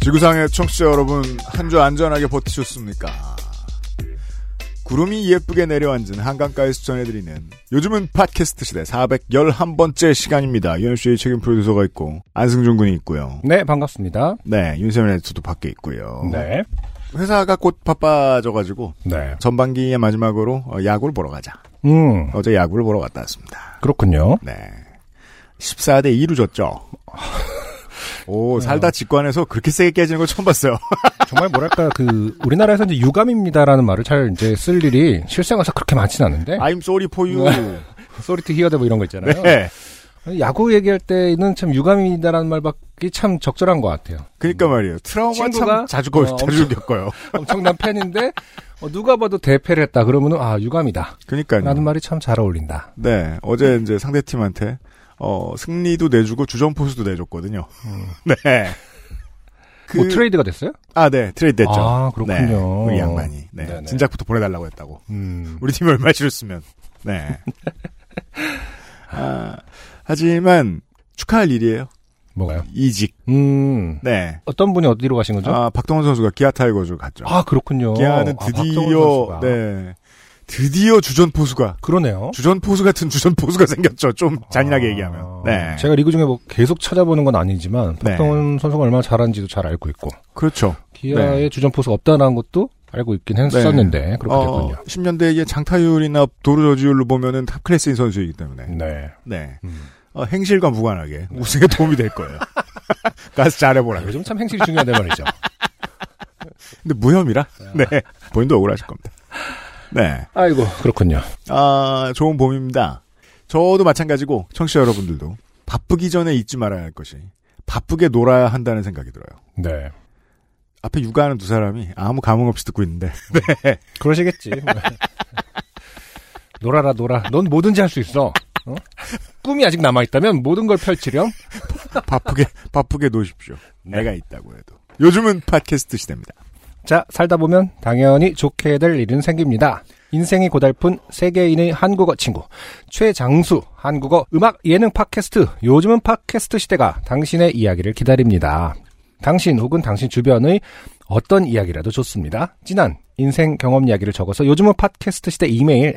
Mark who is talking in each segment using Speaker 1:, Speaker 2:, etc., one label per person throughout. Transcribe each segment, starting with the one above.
Speaker 1: 지구상의 청취자 여러분, 한 주 안전하게 버티셨습니까? 구름이 예쁘게 내려앉은 한강가에서 전해드리는 요즘은 팟캐스트 시대 411번째 시간입니다. 유현 씨의 책임 프로듀서가 있고, 안승준 군이 있고요.
Speaker 2: 네, 반갑습니다.
Speaker 1: 네, 윤세민 에디터도 밖에 있고요.
Speaker 2: 네.
Speaker 1: 회사가 곧 바빠져가지고,
Speaker 2: 네.
Speaker 1: 전반기의 마지막으로 어, 야구를 보러 가자.
Speaker 2: 음,
Speaker 1: 어제 야구를 보러 갔다 왔습니다.
Speaker 2: 그렇군요.
Speaker 1: 네. 14대 2로 졌죠. 오, 살다 직관에서 그렇게 세게 깨지는 걸 처음 봤어요.
Speaker 2: 정말 뭐랄까, 그, 우리나라에서 이제 유감입니다라는 말을 잘 이제 쓸 일이 실생활에서 그렇게 많진 않은데.
Speaker 1: I'm sorry for you.
Speaker 2: 소리트 히어드 뭐 이런 거 있잖아요.
Speaker 1: 네.
Speaker 2: 야구 얘기할 때는 참 유감입니다라는 말밖에 참 적절한 것 같아요.
Speaker 1: 그러니까 말이에요. 트라우마
Speaker 2: 친구가
Speaker 1: 참 자주, 걸,
Speaker 2: 어,
Speaker 1: 자주 겪어요.
Speaker 2: 엄청난 팬인데, 어, 누가 봐도 대패를 했다. 그러면은, 아, 유감이다.
Speaker 1: 그러니까요.
Speaker 2: 라는 말이 참 잘 어울린다.
Speaker 1: 뭐- 네. 어제 이제 상대팀한테, 어, 승리도 내주고 주전포수도 내줬거든요. 네. 그,
Speaker 2: 뭐 트레이드가 됐어요?
Speaker 1: 아, 네. 트레이드 됐죠.
Speaker 2: 아, 그렇군요.
Speaker 1: 네. 우리 양반이. 네.
Speaker 2: 네네.
Speaker 1: 진작부터 보내달라고 했다고.
Speaker 2: 음.
Speaker 1: 우리 팀이 얼마 싫었으면. 네. 아, 하지만 축하할 일이에요.
Speaker 2: 뭐가요?
Speaker 1: 이직.
Speaker 2: 음.
Speaker 1: 네.
Speaker 2: 어떤 분이 어디로 가신 거죠?
Speaker 1: 아, 박동원 선수가 기아 타이거즈로 갔죠.
Speaker 2: 아, 그렇군요.
Speaker 1: 기아는
Speaker 2: 아, 박동원
Speaker 1: 드디어
Speaker 2: 선수가.
Speaker 1: 네. 드디어 주전 포수가
Speaker 2: 그러네요.
Speaker 1: 어? 주전 포수 같은 주전 포수가 생겼죠. 좀 잔인하게
Speaker 2: 아,
Speaker 1: 얘기하면. 네.
Speaker 2: 제가 리그 중에 뭐 계속 찾아보는 건 아니지만
Speaker 1: 네.
Speaker 2: 박동원 선수가 얼마나 잘하는지도 잘 알고 있고
Speaker 1: 그렇죠.
Speaker 2: 기아의 주전 포수가 없다는 것도 알고 있긴
Speaker 1: 네.
Speaker 2: 했었는데
Speaker 1: 어.
Speaker 2: 그렇게 됐군요.
Speaker 1: 10년대의 장타율이나 도루 저지율로 보면은 탑 클래스인 선수이기 때문에.
Speaker 2: 네.
Speaker 1: 네.
Speaker 2: 음.
Speaker 1: 어, 행실과 무관하게 우승에 도움이 될 거예요. 가서 잘해보라.
Speaker 2: 요즘 참 행실이 중요하단 말이죠.
Speaker 1: 근데 무혐의라.
Speaker 2: 아.
Speaker 1: 네. 본인도 억울하실 겁니다. 네.
Speaker 2: 아이고 그렇군요.
Speaker 1: 아, 좋은 봄입니다. 저도 마찬가지고 청취자 여러분들도 바쁘기 전에 잊지 말아야 할 것이 바쁘게 놀아야 한다는 생각이 들어요.
Speaker 2: 네.
Speaker 1: 앞에 육아하는 두 사람이 아무 감흥 없이 듣고 있는데
Speaker 2: 그러시겠지. 놀아라 놀아. 넌 뭐든지 할 수 있어. 어? 꿈이 아직 남아 있다면 모든 걸 펼치렴.
Speaker 1: 바쁘게 바쁘게 노십시오. 내가 있다고 해도. 요즘은 팟캐스트 시대입니다.
Speaker 2: 자, 살다 보면 당연히 좋게 될 일은 생깁니다. 인생이 고달픈 세계인의 한국어 친구 최장수 한국어 음악 예능 팟캐스트 요즘은 팟캐스트 시대가 당신의 이야기를 기다립니다. 당신 혹은 당신 주변의 어떤 이야기라도 좋습니다. 진한 인생 경험 이야기를 적어서 요즘은 팟캐스트 시대 이메일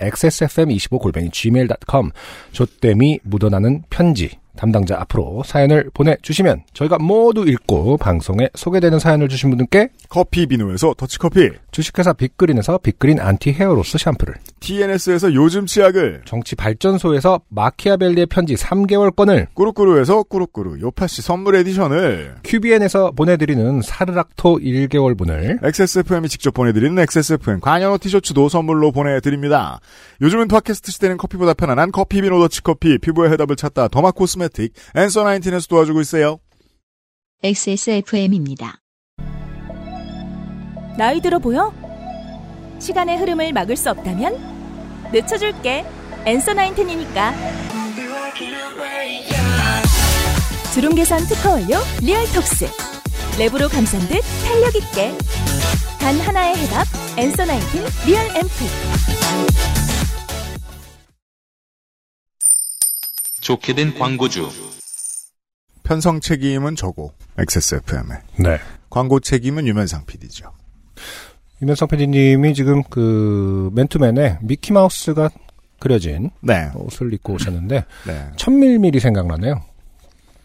Speaker 2: xsfm25골뱅이 gmail.com 조땜이 묻어나는 편지 담당자 앞으로 사연을 보내주시면 저희가 모두 읽고 방송에 소개되는 사연을 주신 분들께
Speaker 1: 커피 비누에서 더치커피,
Speaker 2: 주식회사 빅그린에서 빅그린 안티 헤어로스 샴푸를
Speaker 1: TNS에서 요즘 치약을,
Speaker 2: 정치 발전소에서 마키아벨리의 편지 3개월권을
Speaker 1: 꾸루꾸루에서 꾸루꾸루 요파시 선물 에디션을,
Speaker 2: QBN에서 보내드리는 사르락토 1개월분을
Speaker 1: XSFM이 직접 보내드리는 XSFM 관현호 티셔츠도 선물로 보내드립니다. 요즘은 팟캐스트 시대는 커피보다 편안한 커피 비노 더치커피, 피부의 해답을 찾다 더마 코스메틱, 앤서 19에서 도와주고 있어요.
Speaker 3: XSFM입니다.
Speaker 4: 나이 들어 보여? 시간의 흐름을 막을 수 없다면 늦춰줄게. 엔서 나인텐이니까. 주름 개선 특허 원료 리얼톡스. 랩으로 감싼 듯 탄력 있게. 단 하나의 해답. 엔서 나인틴 리얼 앰플.
Speaker 5: 좋게 된 광고주.
Speaker 1: 편성 책임은 저고, XSFM에.
Speaker 2: 네.
Speaker 1: 광고 책임은 유면상 PD죠.
Speaker 2: 유면성 PD님이 지금 그 맨투맨에 미키마우스가 그려진
Speaker 1: 네.
Speaker 2: 옷을 입고 오셨는데
Speaker 1: 네.
Speaker 2: 천밀밀이 생각나네요.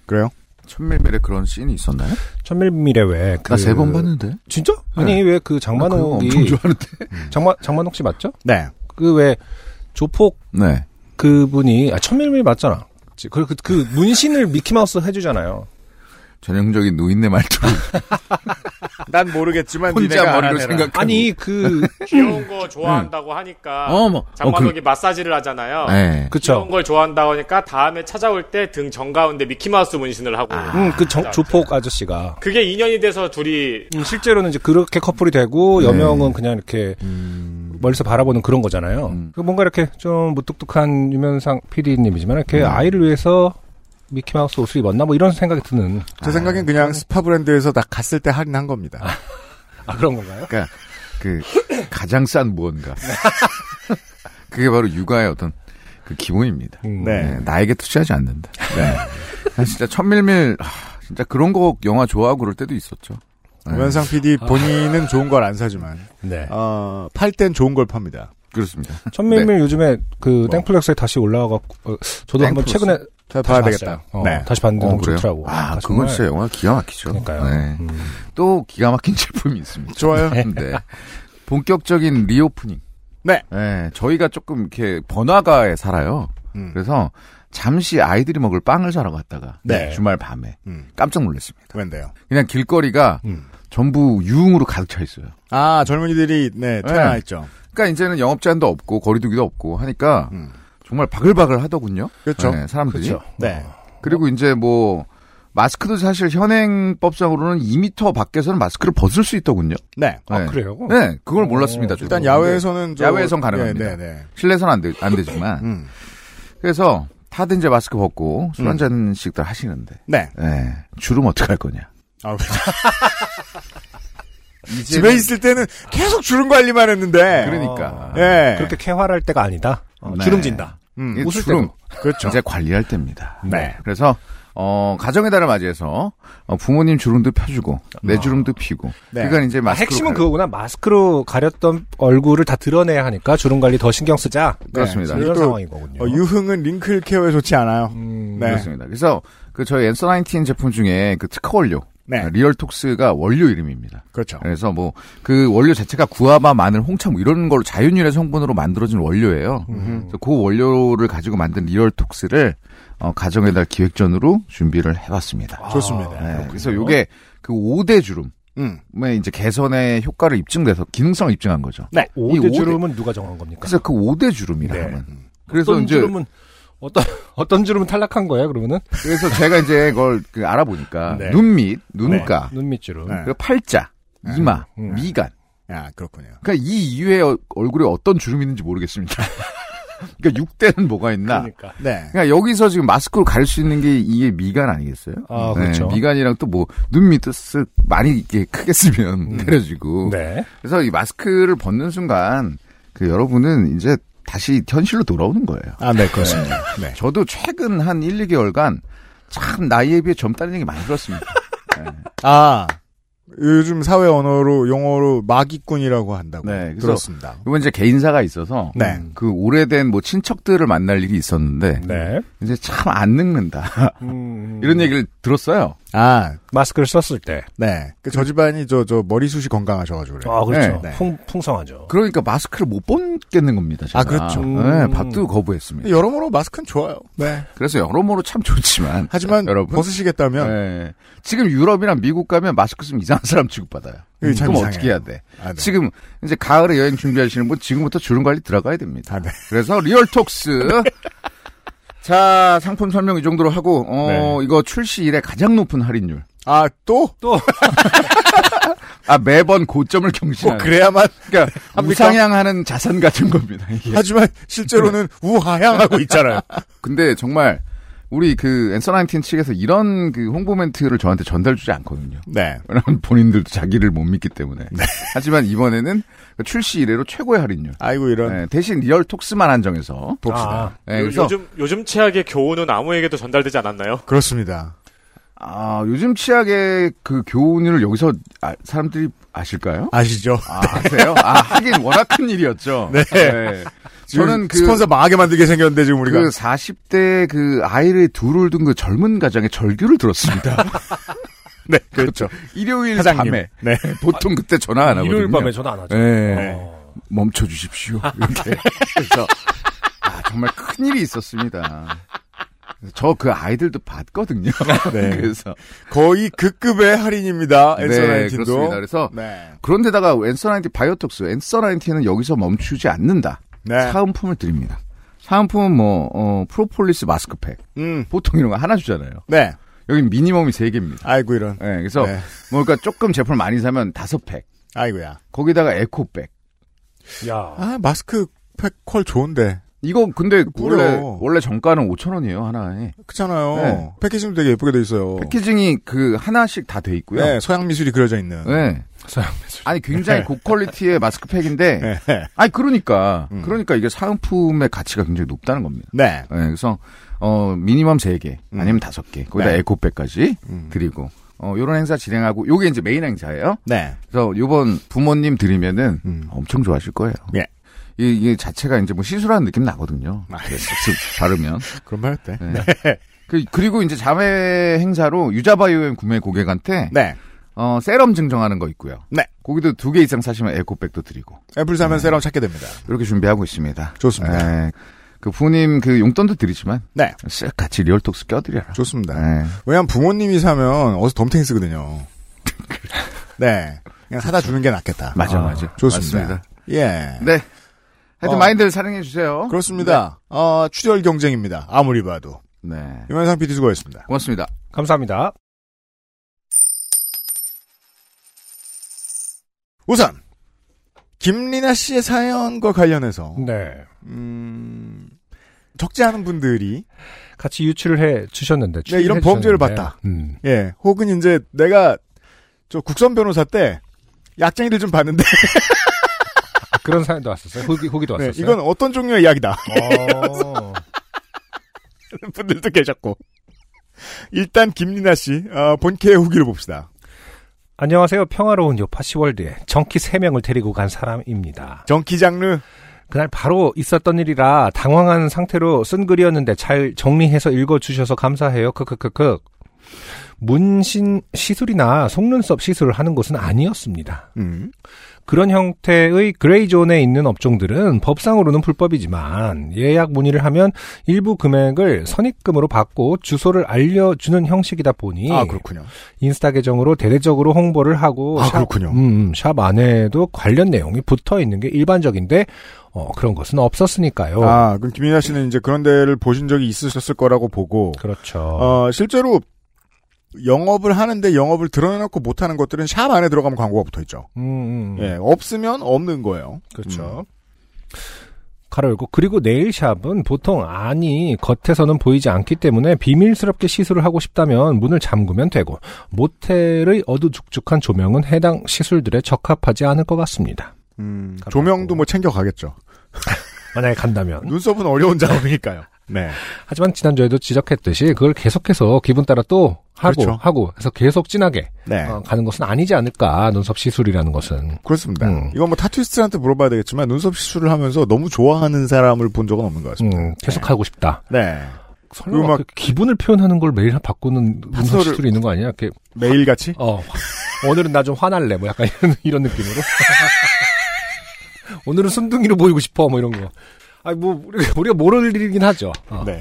Speaker 1: 그래요?
Speaker 6: 천밀밀에 그런 씬이 있었나요?
Speaker 2: 천밀밀에 왜 그...
Speaker 6: 나 아, 세 번 봤는데.
Speaker 2: 진짜? 아니
Speaker 6: 네.
Speaker 2: 왜 그
Speaker 6: 나 그거
Speaker 2: 장만옥이
Speaker 6: 엄청 좋아하는데.
Speaker 2: 장만 장만옥 씨 맞죠?
Speaker 1: 네.
Speaker 2: 그 왜 조폭
Speaker 6: 네.
Speaker 2: 그분이 아, 천밀밀 맞잖아. 그, 그, 그 문신을 미키마우스 해주잖아요.
Speaker 6: 전형적인 노인네 말투로
Speaker 1: 난 모르겠지만
Speaker 6: 혼자
Speaker 1: 니네가
Speaker 6: 머리로
Speaker 1: 알아내라.
Speaker 6: 생각하는.
Speaker 2: 아니 그
Speaker 7: 귀여운 거 좋아한다고 하니까
Speaker 6: 음. 어, 뭐. 어,
Speaker 7: 장마독이
Speaker 6: 그럼-
Speaker 7: 마사지를 하잖아요.
Speaker 6: 네.
Speaker 2: 그쵸.
Speaker 7: 귀여운 걸 좋아한다고 하니까 다음에 찾아올 때 등 정가운데 미키마우스 문신을 하고
Speaker 6: 아.
Speaker 2: 음, 그 정- 조폭 아저씨가
Speaker 7: 그게 인연이 돼서 둘이
Speaker 2: 음, 실제로는 이제 그렇게 커플이 되고 여명은 그냥 이렇게 멀리서 바라보는 그런 거잖아요. 그 뭔가 이렇게 좀 무뚝뚝한 유면상 PD님이지만 이렇게 아이를 위해서 미키마우스 옷을 입었나 뭐 이런 생각이 드는
Speaker 1: 제 생각엔
Speaker 6: 네.
Speaker 1: 그냥 스파 브랜드에서 나 갔을 때 할인한 겁니다.
Speaker 2: 아 그런 건가요?
Speaker 6: 그러니까 그 가장 싼 무언가. 그게 바로 육아의 어떤 그 기본입니다.
Speaker 2: 음.
Speaker 1: 네.
Speaker 6: 네, 나에게 투자하지 않는다. 네. 진짜 천밀밀 하, 진짜 그런 거 영화 좋아하고 그럴 때도 있었죠. 네.
Speaker 1: 유현상 PD 본인은 좋은 걸 안 사지만
Speaker 2: 네.
Speaker 1: 어, 팔 땐 좋은 걸 팝니다.
Speaker 6: 그렇습니다.
Speaker 2: 천밀밀 요즘에 그
Speaker 6: 뭐.
Speaker 2: 땡플렉스에 다시 올라와갖고 어, 저도 한번
Speaker 6: 땡플렉스?
Speaker 2: 최근에
Speaker 1: 잘
Speaker 2: 다시
Speaker 1: 봐야 되겠다.
Speaker 2: 봤어요. 어,
Speaker 1: 네.
Speaker 2: 다시 봤는데 너무
Speaker 6: 그래요?
Speaker 2: 좋더라고.
Speaker 6: 아,
Speaker 2: 그러니까
Speaker 6: 그건
Speaker 2: 정말-
Speaker 6: 진짜 영화 기가 막히죠.
Speaker 2: 그러니까요.
Speaker 6: 네.
Speaker 2: 음.
Speaker 6: 또 기가 막힌 제품이 있습니다.
Speaker 1: 좋아요.
Speaker 6: 네. 본격적인 리오프닝.
Speaker 1: 네.
Speaker 6: 저희가 조금 이렇게 번화가에 살아요.
Speaker 1: 음.
Speaker 6: 그래서 잠시 아이들이 먹을 빵을 사러 갔다가
Speaker 1: 네.
Speaker 6: 주말 밤에
Speaker 1: 음.
Speaker 6: 깜짝 놀랐습니다.
Speaker 1: 웬데요?
Speaker 6: 그냥 길거리가
Speaker 1: 음.
Speaker 6: 전부 유흥으로 가득 차 있어요.
Speaker 1: 아 젊은이들이 네 태어나 있죠.
Speaker 6: 그러니까 이제는 영업 제한도 없고 거리두기도 없고 하니까
Speaker 1: 음.
Speaker 6: 정말 바글바글 하더군요.
Speaker 1: 그렇죠.
Speaker 6: 네, 사람들이.
Speaker 2: 그렇죠.
Speaker 1: 네.
Speaker 6: 그리고 이제 뭐 마스크도 사실 현행법상으로는 2미터 밖에서는 마스크를 벗을 수 있더군요.
Speaker 1: 네.
Speaker 2: 아
Speaker 6: 네.
Speaker 2: 그래요?
Speaker 6: 네, 그걸
Speaker 2: 어,
Speaker 6: 몰랐습니다. 저도.
Speaker 1: 일단 야외에서는 저-
Speaker 6: 야외에선 가능합니다.
Speaker 1: 네, 네, 네.
Speaker 6: 실내에서는 안, 되, 안 되지만
Speaker 1: 음.
Speaker 6: 그래서 다들 이제 마스크 벗고 술
Speaker 1: 음.
Speaker 6: 한 잔씩들 하시는데
Speaker 1: 네.
Speaker 6: 예, 주름 어떻게 할 거냐?
Speaker 1: 아, 집에 있을 때는 계속 주름 관리만 했는데.
Speaker 6: 그러니까
Speaker 1: 예.
Speaker 2: 그렇게 쾌활할 때가 아니다. 어,
Speaker 6: 네.
Speaker 2: 주름진다.
Speaker 1: 음.
Speaker 6: 이
Speaker 2: 웃을
Speaker 6: 주름
Speaker 2: 때도.
Speaker 1: 그렇죠.
Speaker 6: 이제 관리할 때입니다.
Speaker 1: 네.
Speaker 6: 그래서 어, 가정의 달을 맞이해서 어, 부모님 주름도 펴주고 내 주름도 피고.
Speaker 1: 네.
Speaker 6: 그러니까 이제 마스크
Speaker 2: 핵심은 그거구나. 마스크로 가렸던 얼굴을 다 드러내야 하니까 주름 관리 더 신경 쓰자.
Speaker 6: 그렇습니다.
Speaker 2: 이런 네.
Speaker 1: 또,
Speaker 2: 상황인 거군요.
Speaker 1: 어, 유흥은 링클 케어에 좋지 않아요. 네.
Speaker 6: 네. 음, 그렇습니다. 그래서 그 저희 엔서 19 제품 중에 그 특허 원료
Speaker 1: 네.
Speaker 6: 리얼톡스가 원료 이름입니다.
Speaker 1: 그렇죠.
Speaker 6: 그래서 뭐 그 원료 자체가 구아바, 마늘, 홍차 뭐 이런 걸로 자연유래 성분으로 만들어진 원료예요. 그래서 그 원료를 가지고 만든 리얼톡스를 어, 가정의 달 기획전으로 준비를 해봤습니다.
Speaker 2: 아,
Speaker 1: 좋습니다.
Speaker 6: 네, 그래서 요게 그 5대 주름의
Speaker 1: 음.
Speaker 6: 이제 개선의 효과를 입증돼서 기능성을 입증한 거죠.
Speaker 1: 네.
Speaker 6: 이
Speaker 2: 5대
Speaker 6: 오대-
Speaker 2: 주름은 누가 정한 겁니까?
Speaker 6: 그래서 그 5대 주름이라는
Speaker 2: 네.
Speaker 6: 그래서
Speaker 2: 어떤
Speaker 6: 이제
Speaker 2: 주름은 어떤 어떤 주름은 탈락한 거예요? 그러면은
Speaker 6: 그래서 제가 이제 그걸 그 알아보니까
Speaker 1: 네.
Speaker 6: 눈 밑, 눈가,
Speaker 2: 눈밑 주름.
Speaker 1: 네.
Speaker 6: 그리고 팔자,
Speaker 2: 네.
Speaker 6: 이마,
Speaker 2: 음.
Speaker 6: 미간.
Speaker 1: 야, 아, 그렇군요.
Speaker 6: 그러니까 이 이외에 어- 얼굴에 어떤 주름이 있는지 모르겠습니다. 그러니까 6대는 뭐가 있나? 그러니까.
Speaker 2: 그러니까
Speaker 1: 네.
Speaker 6: 여기서 지금 마스크로 가릴 수 있는 게 이게 미간 아니겠어요? 네,
Speaker 2: 아, 그렇죠.
Speaker 6: 미간이랑 또 뭐 눈 밑도 쓱 많이 이렇게 크게 쓰면 내려지고.
Speaker 2: 네.
Speaker 6: 그래서 이 마스크를 벗는 순간 그 여러분은 이제 다시 현실로 돌아오는 거예요.
Speaker 1: 아, 네, 그렇습니다. 네.
Speaker 6: 저도 최근 한 1, 2개월간 참 나이에 비해 젊다는 얘기 많이 들었습니다.
Speaker 1: 아, 요즘 사회 언어로, 용어로 마기꾼이라고 한다고.
Speaker 6: 네, 그래서-
Speaker 1: 그렇습니다.
Speaker 6: 이번 이제 개인사가 있어서
Speaker 1: 네.
Speaker 6: 그 오래된 뭐 친척들을 만날 일이 있었는데
Speaker 2: 네. 음,
Speaker 6: 이제 참 안 늙는다 이런 얘기를 들었어요.
Speaker 1: 아,
Speaker 2: 마스크를 썼을 때.
Speaker 1: 네. 그 저 집안이 저, 저 머리숱이 건강하셔가지고 그래요.
Speaker 2: 아 그렇죠.
Speaker 1: 네, 네.
Speaker 2: 풍 풍성하죠.
Speaker 6: 그러니까 마스크를 못 벗겠는 겁니다. 제가.
Speaker 1: 아, 그렇죠.
Speaker 6: 네,
Speaker 2: 음.
Speaker 6: 밥도 거부했습니다.
Speaker 1: 여러모로 마스크는 좋아요. 네.
Speaker 6: 그래서 여러모로 참 좋지만
Speaker 1: 하지만
Speaker 6: 아, 여러분
Speaker 1: 벗으시겠다면
Speaker 6: 네. 지금 유럽이랑 미국 가면 마스크 쓰면 이상한 사람 취급받아요.
Speaker 1: 그게 참
Speaker 6: 그럼
Speaker 1: 이상해요.
Speaker 6: 어떻게 해야 돼?
Speaker 1: 아, 네.
Speaker 6: 지금 이제 가을에 여행 준비하시는 분 지금부터 주름 관리 들어가야 됩니다.
Speaker 1: 아, 네.
Speaker 6: 그래서 리얼톡스 자 상품 설명 이 정도로 하고 어
Speaker 1: 네.
Speaker 6: 이거 출시 이래 가장 높은 할인율.
Speaker 1: 아, 또?
Speaker 6: 아 매번 고점을
Speaker 1: 꼭
Speaker 6: 경신하는.
Speaker 1: 그래야만.
Speaker 6: 그러니까
Speaker 1: 합니까?
Speaker 6: 우상향하는 자산 같은 겁니다. 이게.
Speaker 1: 하지만 실제로는 우하향하고 있잖아요.
Speaker 6: 근데 정말 우리 그 엔서 19 측에서 이런 그 홍보 멘트를 저한테 전달 주지 않거든요.
Speaker 1: 네.
Speaker 6: 왜냐면 본인들도 자기를 못 믿기 때문에. 하지만 이번에는 그 출시 이래로 최고의 할인율.
Speaker 1: 아이고, 이런.
Speaker 6: 네, 대신 리얼톡스만 한정해서 봅시다.
Speaker 2: 아,
Speaker 6: 네,
Speaker 7: 요-
Speaker 6: 그래서
Speaker 7: 요즘 요즘 최악의 교훈은 아무에게도 전달되지 않았나요?
Speaker 1: 그렇습니다.
Speaker 6: 아, 요즘 취약의 그 교훈을 여기서 아- 사람들이 아실까요?
Speaker 1: 아시죠?
Speaker 6: 아, 아세요? 아, 하긴 워낙 큰 일이었죠.
Speaker 1: 네. 지금
Speaker 6: 저는 그,
Speaker 1: 스폰서 망하게 만들게 생겼는데 지금 우리가
Speaker 6: 그 40대 그 아이를 둘을 둔 그 젊은 가장의 절규를 들었습니다.
Speaker 1: 네 그렇죠
Speaker 6: 일요일
Speaker 1: 사장님
Speaker 6: 밤에.
Speaker 1: 네
Speaker 6: 보통 그때 전화 안 하거든요.
Speaker 2: 일요일 밤에 전화 안 하죠.
Speaker 6: 예.
Speaker 2: 어.
Speaker 6: 멈춰 주십시오. 이렇게. 그래서 아, 정말 큰 일이 있었습니다. 저 그 아이들도 봤거든요.
Speaker 1: 네.
Speaker 6: 그래서
Speaker 1: 거의 극급의 할인입니다.
Speaker 6: 네,
Speaker 1: 엔서나인틴도.
Speaker 6: 그렇습니다. 그래서
Speaker 1: 네.
Speaker 6: 그런데다가 엔서나인티 바이오톡스, 엔서나인티는 여기서 멈추지 않는다.
Speaker 1: 네.
Speaker 6: 사은품을 드립니다. 사은품은 뭐 어, 프로폴리스 마스크팩
Speaker 1: 음.
Speaker 6: 보통 이런 거 하나 주잖아요.
Speaker 1: 네.
Speaker 6: 여기 미니멈이 세 개입니다.
Speaker 1: 아이고 이런.
Speaker 6: 예, 그래서
Speaker 1: 네.
Speaker 6: 뭐 그러니까 조금 제품을 많이 사면 다섯 팩.
Speaker 1: 아이고야.
Speaker 6: 거기다가 에코백.
Speaker 2: 야.
Speaker 1: 아 마스크 팩퀄 좋은데.
Speaker 6: 이거 근데
Speaker 1: 뿌려.
Speaker 6: 원래 원래 정가는 5천 원이에요 하나에.
Speaker 1: 그렇잖아요.
Speaker 6: 네.
Speaker 1: 패키징도 되게 예쁘게 돼 있어요.
Speaker 6: 패키징이 그 하나씩 다 돼 있고요.
Speaker 1: 네, 서양 미술이 그려져 있는.
Speaker 6: 네.
Speaker 2: 서양 미술.
Speaker 6: 아니 굉장히 고퀄리티의 마스크팩인데
Speaker 1: 네.
Speaker 6: 아니 그러니까
Speaker 1: 음.
Speaker 6: 그러니까 이게 사은품의 가치가 굉장히 높다는 겁니다.
Speaker 1: 네.
Speaker 6: 예, 그래서 어 미니멈 3개
Speaker 1: 음.
Speaker 6: 아니면 5개 거기다
Speaker 1: 네.
Speaker 6: 에코백까지
Speaker 1: 음.
Speaker 6: 드리고 어 요런 행사 진행하고 요게 이제 메인 행사예요.
Speaker 1: 네.
Speaker 6: 그래서 요번 부모님 드리면은
Speaker 1: 음.
Speaker 6: 엄청 좋아하실 거예요.
Speaker 1: 예.
Speaker 6: 이, 이게 자체가 이제 뭐 시술하는 느낌 나거든요.
Speaker 1: 아.
Speaker 6: 네, 슥슥 바르면.
Speaker 1: 그런 말 할 때.
Speaker 6: 네. 그, 그리고 이제 자매 행사로 유자바이오엠 구매 고객한테
Speaker 1: 네.
Speaker 6: 어, 세럼 증정하는 거 있고요.
Speaker 1: 네.
Speaker 6: 거기도 두 개 이상 사시면 에코백도 드리고
Speaker 1: 애플 사면
Speaker 6: 네.
Speaker 1: 세럼 찾게 됩니다.
Speaker 6: 이렇게 준비하고 있습니다.
Speaker 1: 좋습니다.
Speaker 6: 예. 그 부모님 그 용돈도 드리지만
Speaker 1: 네.
Speaker 6: 쓱 같이 리얼톡스 껴드려라.
Speaker 1: 좋습니다.
Speaker 6: 네.
Speaker 1: 왜냐면 부모님이 사면 어서 덤탱이 쓰거든요. 네. 그냥 사다 주는 게 낫겠다.
Speaker 6: 맞아 맞아.
Speaker 1: 좋습니다. 예.
Speaker 6: 맞습니다. 네. 하여튼
Speaker 1: 어.
Speaker 6: 많이들 사랑해 주세요.
Speaker 1: 그렇습니다.
Speaker 2: 네.
Speaker 1: 어, 출혈 경쟁입니다. 아무리 봐도.
Speaker 6: 네.
Speaker 1: 유면상 PD 수고했습니다.
Speaker 6: 고맙습니다.
Speaker 2: 감사합니다.
Speaker 1: 우선 김리나 씨의 사연과 관련해서
Speaker 2: 네.
Speaker 1: 음, 적지 않은 분들이
Speaker 2: 같이 유출을 해 주셨는데. 추리를
Speaker 1: 네, 이런
Speaker 2: 해
Speaker 1: 범죄를
Speaker 2: 주셨는데.
Speaker 1: 봤다.
Speaker 2: 음.
Speaker 1: 예 혹은 이제 내가 저 국선 변호사 때 약쟁이들 좀 봤는데
Speaker 2: 아, 그런 사연도 왔었어요. 후기, 후기도
Speaker 1: 네,
Speaker 2: 왔었어요.
Speaker 1: 이건 어떤 종류의 약이다
Speaker 2: 어.
Speaker 1: 하는 분들도 계셨고 일단 김리나 씨 어, 본캐의 후기를 봅시다.
Speaker 2: 안녕하세요. 평화로운 요파시월드에 정키 3명을 데리고 간 사람입니다.
Speaker 1: 정키 장르
Speaker 2: 그날 바로 있었던 일이라 당황한 상태로 쓴 글이었는데 잘 정리해서 읽어주셔서 감사해요. 크크크크. 문신 시술이나 속눈썹 시술을 하는 곳은 아니었습니다.
Speaker 1: 음,
Speaker 2: 그런 형태의 그레이존에 있는 업종들은 법상으로는 불법이지만 예약 문의를 하면 일부 금액을 선입금으로 받고 주소를 알려주는 형식이다 보니
Speaker 1: 아 그렇군요.
Speaker 2: 인스타 계정으로 대대적으로 홍보를 하고
Speaker 1: 아, 그렇군요.
Speaker 2: 음, 음, 샵 안에도 관련 내용이 붙어 있는 게 일반적인데 어, 그런 것은 없었으니까요.
Speaker 1: 아 그럼 김리나 씨는 이제 그런 데를 보신 적이 있으셨을 거라고 보고
Speaker 2: 그렇죠.
Speaker 1: 어, 실제로 영업을 하는데 영업을 드러내놓고 못하는 것들은 샵 안에 들어가면 광고가 붙어 있죠.
Speaker 2: 음, 음, 음.
Speaker 1: 예, 없으면 없는 거예요.
Speaker 2: 그렇죠. 가로 열고 그리고 네일샵은 보통 안이 겉에서는 보이지 않기 때문에 비밀스럽게 시술을 하고 싶다면 문을 잠그면 되고 모텔의 어두죽죽한 조명은 해당 시술들에 적합하지 않을 것 같습니다.
Speaker 1: 음, 조명도 뭐 챙겨가겠죠.
Speaker 2: 만약에 간다면
Speaker 1: 눈썹은 어려운 작업이니까요. 네.
Speaker 2: 하지만 지난주에도 지적했듯이 그걸 계속해서 기분 따라 또 하고
Speaker 1: 그렇죠.
Speaker 2: 하고 해서 계속 진하게
Speaker 1: 네.
Speaker 2: 어, 가는 것은 아니지 않을까 눈썹 시술이라는 것은
Speaker 1: 그렇습니다.
Speaker 2: 음.
Speaker 1: 이건 뭐 타투이스트한테 물어봐야 되겠지만 눈썹 시술을 하면서 너무 좋아하는 사람을 본 적은 없는 것 같습니다.
Speaker 2: 음, 계속 하고 싶다.
Speaker 1: 네.
Speaker 2: 설마
Speaker 1: 음악-
Speaker 2: 그 기분을 표현하는 걸 매일 바꾸는 눈썹 시술이 있는 거 아니야? 이렇게
Speaker 1: 매일같이?
Speaker 2: 어 화- 오늘은 나 좀 화날래 뭐 약간 이런, 이런 느낌으로 오늘은 순둥이로 보이고 싶어 뭐 이런 거. 아뭐 우리가 모를 일이긴 하죠. 어.
Speaker 1: 네.